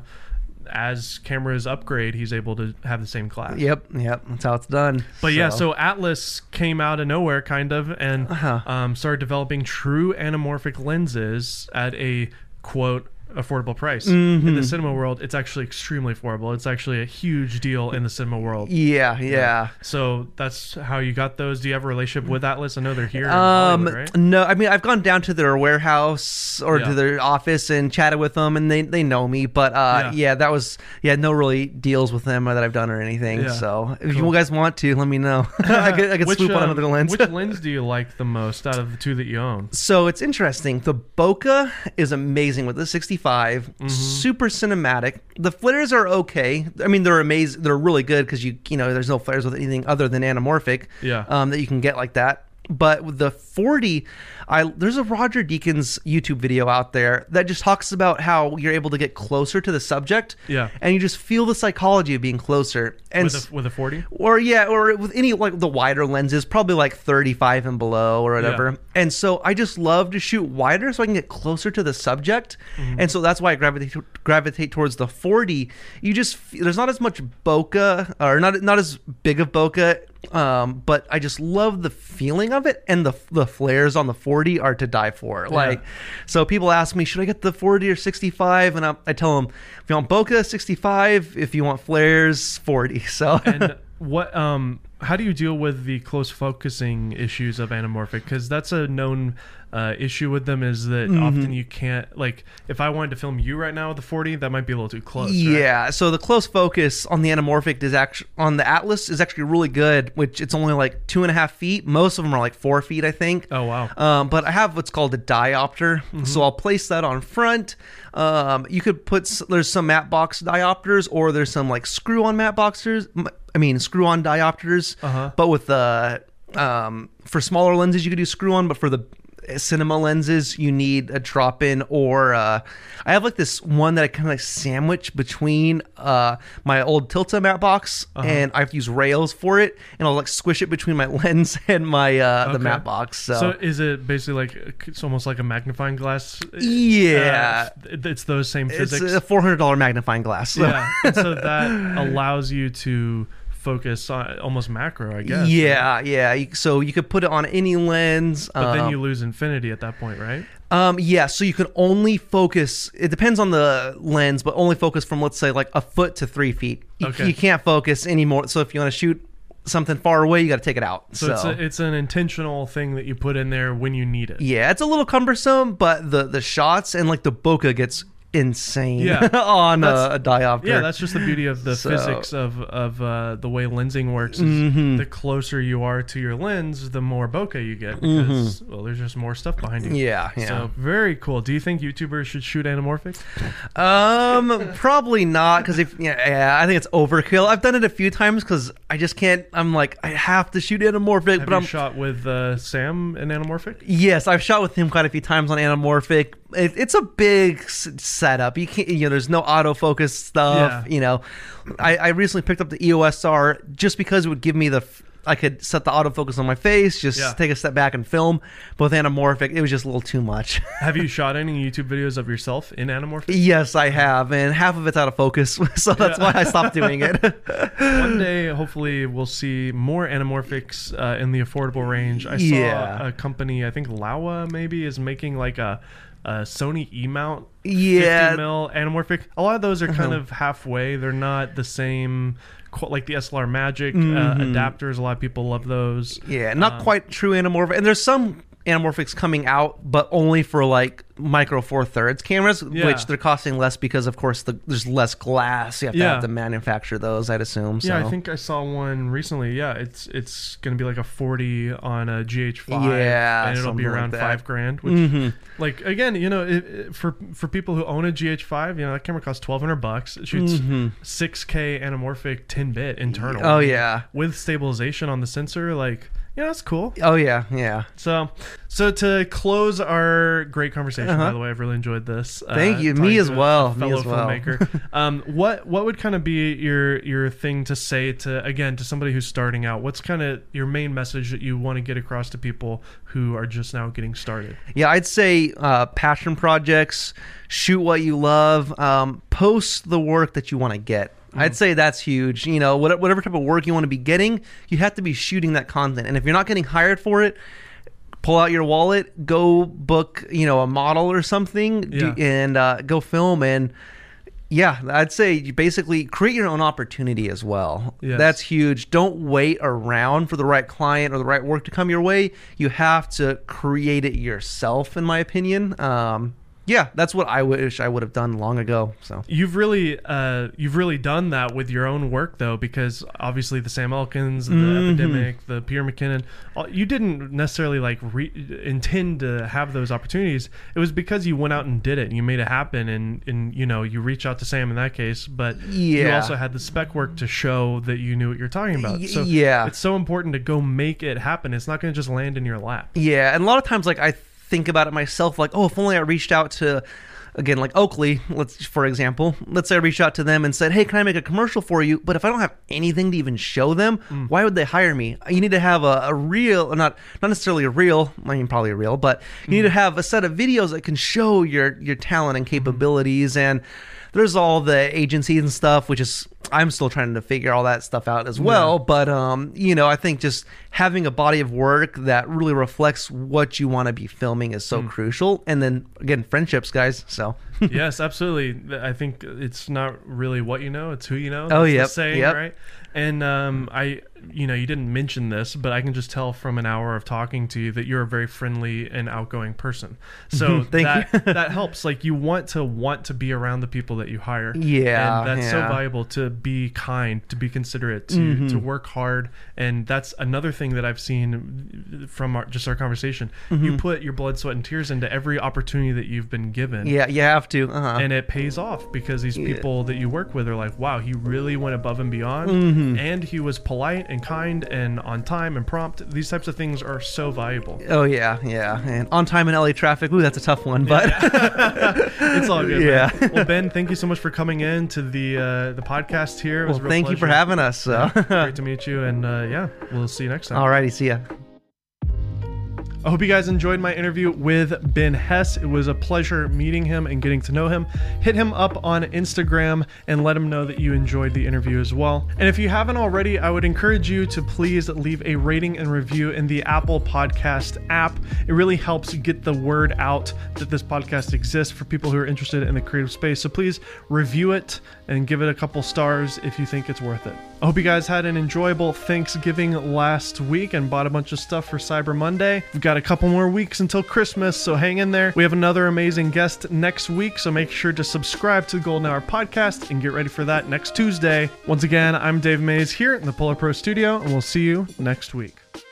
as cameras upgrade, he's able to have the same class. yep yep that's how it's done But yeah, so Atlas came out of nowhere, kind of, and Uh-huh. um, started developing true anamorphic lenses at a quote affordable price in Mm-hmm. the cinema world it's actually extremely affordable it's actually a huge deal in the cinema world Yeah, yeah. so that's how you got those do you have a relationship with atlas i know they're here in Um, Hollywood, right? no, I mean I've gone down to their warehouse or Yeah. to their office and chatted with them, and they, they know me. But uh, Yeah. yeah. that was yeah, no really deals with them that I've done or anything. Yeah. So if Cool. you guys want to, let me know. I could I could swoop on um, another lens. which lens do you like the most out of the two that you own So it's interesting. The bokeh is amazing with the 65, Mm-hmm. super cinematic. The flares are okay. I mean, they're amazing. They're really good because you you know there's no flares with anything other than anamorphic. Yeah. Um, that you can get like that. But with the 40, I there's a Roger Deakins YouTube video out there that just talks about how you're able to get closer to the subject. Yeah. And you just feel the psychology of being closer. And with s- a, with a 40 or yeah, or with any like the wider lenses, probably like 35 and below or whatever. And so I just love to shoot wider so I can get closer to the subject. And so that's why I gravitate gravitate towards the 40. You just f- there's not as much bokeh or not not as big of bokeh um, but I just love the feeling of it, and the the flares on the 40 are to die for. Like, so people ask me, should I get the 40 or 65? And I, I tell them, if you want bokeh, 65. If you want flares, 40. So and what um how do you deal with the close focusing issues of anamorphic because that's a known uh, issue with them is that Mm-hmm. often you can't like if i wanted to film you right now with the 40 that might be a little too close right? Yeah, so the close focus on the anamorphic is actually on the Atlas is actually really good, which it's only like two and a half feet. Most of them are like four feet, I think. oh wow Mm-hmm. Um, but I have what's called a diopter, so I'll place that on front. Um, you could put s- there's some matte box diopters, or there's some like screw on matte boxers. m- I mean screw on diopters. Uh-huh. But with the um, for smaller lenses, you could do screw on, but for the eh, cinema lenses, you need a drop in or uh, I have like this one that I kind of like sandwich between uh, my old Tilta matte box Uh-huh. and I've used rails for it, and I'll like squish it between my lens and my uh, the Okay. matte box. so is it basically like it's almost like a magnifying glass uh, Yeah. th- it's those same physics It's a four hundred dollar magnifying glass. So- yeah and so that allows you to focus on almost macro i guess yeah, yeah. You- So you could put it on any lens. but um, then you lose infinity at that point right Um, yeah, so you can only focus. It depends on the lens, but only focus from let's say like a foot to three feet. You, Okay. you can't focus anymore. So if you want to shoot something far away, you got to take it out. so, So, It's, a, it's an intentional thing that you put in there when you need it yeah, it's a little cumbersome, but the the shots and like the bokeh gets insane Yeah. on a, That's- a diopter. Yeah, that's just the beauty of the So- physics of of uh, the way lensing works. Is Mm-hmm. The closer you are to your lens, the more bokeh you get because well, there's just more stuff behind you. Mm-hmm. yeah, yeah. So very cool. Do you think YouTubers should shoot anamorphic? Um, probably not because if yeah, yeah, I think it's overkill. I've done it a few times because I just can't. I'm like I have to shoot anamorphic, Have but you I'm shot with uh, Sam in anamorphic? yes, I've shot with him quite a few times on anamorphic. It, it's a big s- setup. You can't, you know, there's no autofocus stuff. Yeah. You know, I, I recently picked up the EOS R just because it would give me the. f- I could set the autofocus on my face, just Yeah. take a step back and film. But with anamorphic, it was just a little too much. Have you shot any YouTube videos of yourself in anamorphic? yes, I have, and half of it's out of focus, so that's why I stopped doing it. One day, hopefully, we'll see more anamorphics uh, in the affordable range. I saw Yeah. a company, I think Lawa maybe, is making like a, a Sony E mount. Yeah. Uh-huh. 50 mil anamorphic. A lot of those are kind of halfway. They're not the same, qu- like the SLR Magic uh, Mm-hmm. adapters. A lot of people love those. Yeah, not Uh-huh. quite true anamorphic. And there's some anamorphics coming out, but only for like micro four thirds cameras, Yeah. which they're costing less because, of course, the, there's less glass. You have to Yeah. have to manufacture those, I'd assume. So. Yeah, I think I saw one recently. Yeah, it's it's gonna be like a forty on a GH5, Yeah, and it'll be something like around that. Mm-hmm. five grand. Which, like again, you know, it, it- for for people who own a GH5, you know, that camera costs twelve hundred bucks. It shoots 6K anamorphic ten bit internal. Mm-hmm. Oh, yeah. with stabilization on the sensor. Like, yeah, that's cool. Oh, yeah, yeah. So, so to close our great conversation, by Uh-huh. the way, I've really enjoyed this. uh, Thank you. Me talking as to a well. Me Fellow as well. filmmaker. um, what what would kind of be your your thing to say to again to somebody who's starting out? What's kind of your main message that you want to get across to people who are just now getting started? Yeah, I'd say uh, passion projects, shoot what you love, um, post the work that you want to get. I'd say that's huge. You know, what- whatever type of work you want to be getting, you have to be shooting that content. And if you're not getting hired for it, pull out your wallet, go book, you know, a model or something, do- Yeah. and uh, go film. And yeah, I'd say you basically create your own opportunity as well. Yes. That's huge. Don't wait around for the right client or the right work to come your way. You have to create it yourself, in my opinion. Um, yeah, that's what I wish I would have done long ago. So You've really, uh, you've really done that with your own work though, because obviously the Sam Elkins, the Mm-hmm. epidemic, the Peter McKinnon, all- you didn't necessarily like re- intend to have those opportunities. It was because you went out and did it, and you made it happen, and and you know you reach out to Sam in that case, but you Yeah. also had the spec work to show that you knew what you're talking about. Y- So yeah. it's so important to go make it happen. It's not going to just land in your lap. Yeah, and a lot of times, like I think about it myself, like oh, if only I reached out to, again, like Oakley, let's for example, let's say I reached out to them and said, hey, can I make a commercial for you? But if I don't have anything to even show them, why would they hire me? You need to have a, a real, not not necessarily a real, I mean probably a real, but you need to have a set of videos that can show your your talent and capabilities and. There's all the agencies and stuff, which is I'm still trying to figure all that stuff out as well but um, you know, I think just having a body of work that really reflects what you want to be filming is Hmm. so crucial. And then again, friendships, guys. So yes, absolutely. Th- I think it's not really what you know; it's who you know. Oh, That's the yep, saying yep. right. And um, I, you know, you didn't mention this, but I can just tell from an hour of talking to you that you're a very friendly and outgoing person. So Thank that that helps. Like you want to want to be around the people that you hire. Yeah, and that's so yeah. Mm-hmm. valuable to be kind, to be considerate, to to work hard, and that's another thing that I've seen from our, just our conversation. Mm-hmm. You put your blood, sweat, and tears into every opportunity that you've been given yeah, you have to. Uh-huh. and it pays off because these people that you work with are like, wow, he really went above and beyond, Mm-hmm. and he was polite and kind and on time and prompt. These types of things are so valuable. oh yeah, yeah. And on time in LA traffic. Ooh, that's a tough one, but It's all good. Yeah. man. Well, Ben, thank you so much for coming in to the uh, the podcast here. It was a real thank you for pleasure. having us. So. Great to meet you, and uh, yeah, we'll see you next time. Alrighty, see ya. I hope you guys enjoyed my interview with Ben Hess. It was a pleasure meeting him and getting to know him. Hit him up on Instagram and let him know that you enjoyed the interview as well. And if you haven't already, I would encourage you to please leave a rating and review in the Apple Podcast app. It really helps get the word out that this podcast exists for people who are interested in the creative space. So please review it and give it a couple stars if you think it's worth it. I hope you guys had an enjoyable Thanksgiving last week and bought a bunch of stuff for Cyber Monday. We've got a couple more weeks until Christmas, so hang in there. We have another amazing guest next week, so make sure to subscribe to the Golden Hour podcast and get ready for that next Tuesday. Once again, I'm Dave Mays here in the Polar Pro Studio, and we'll see you next week.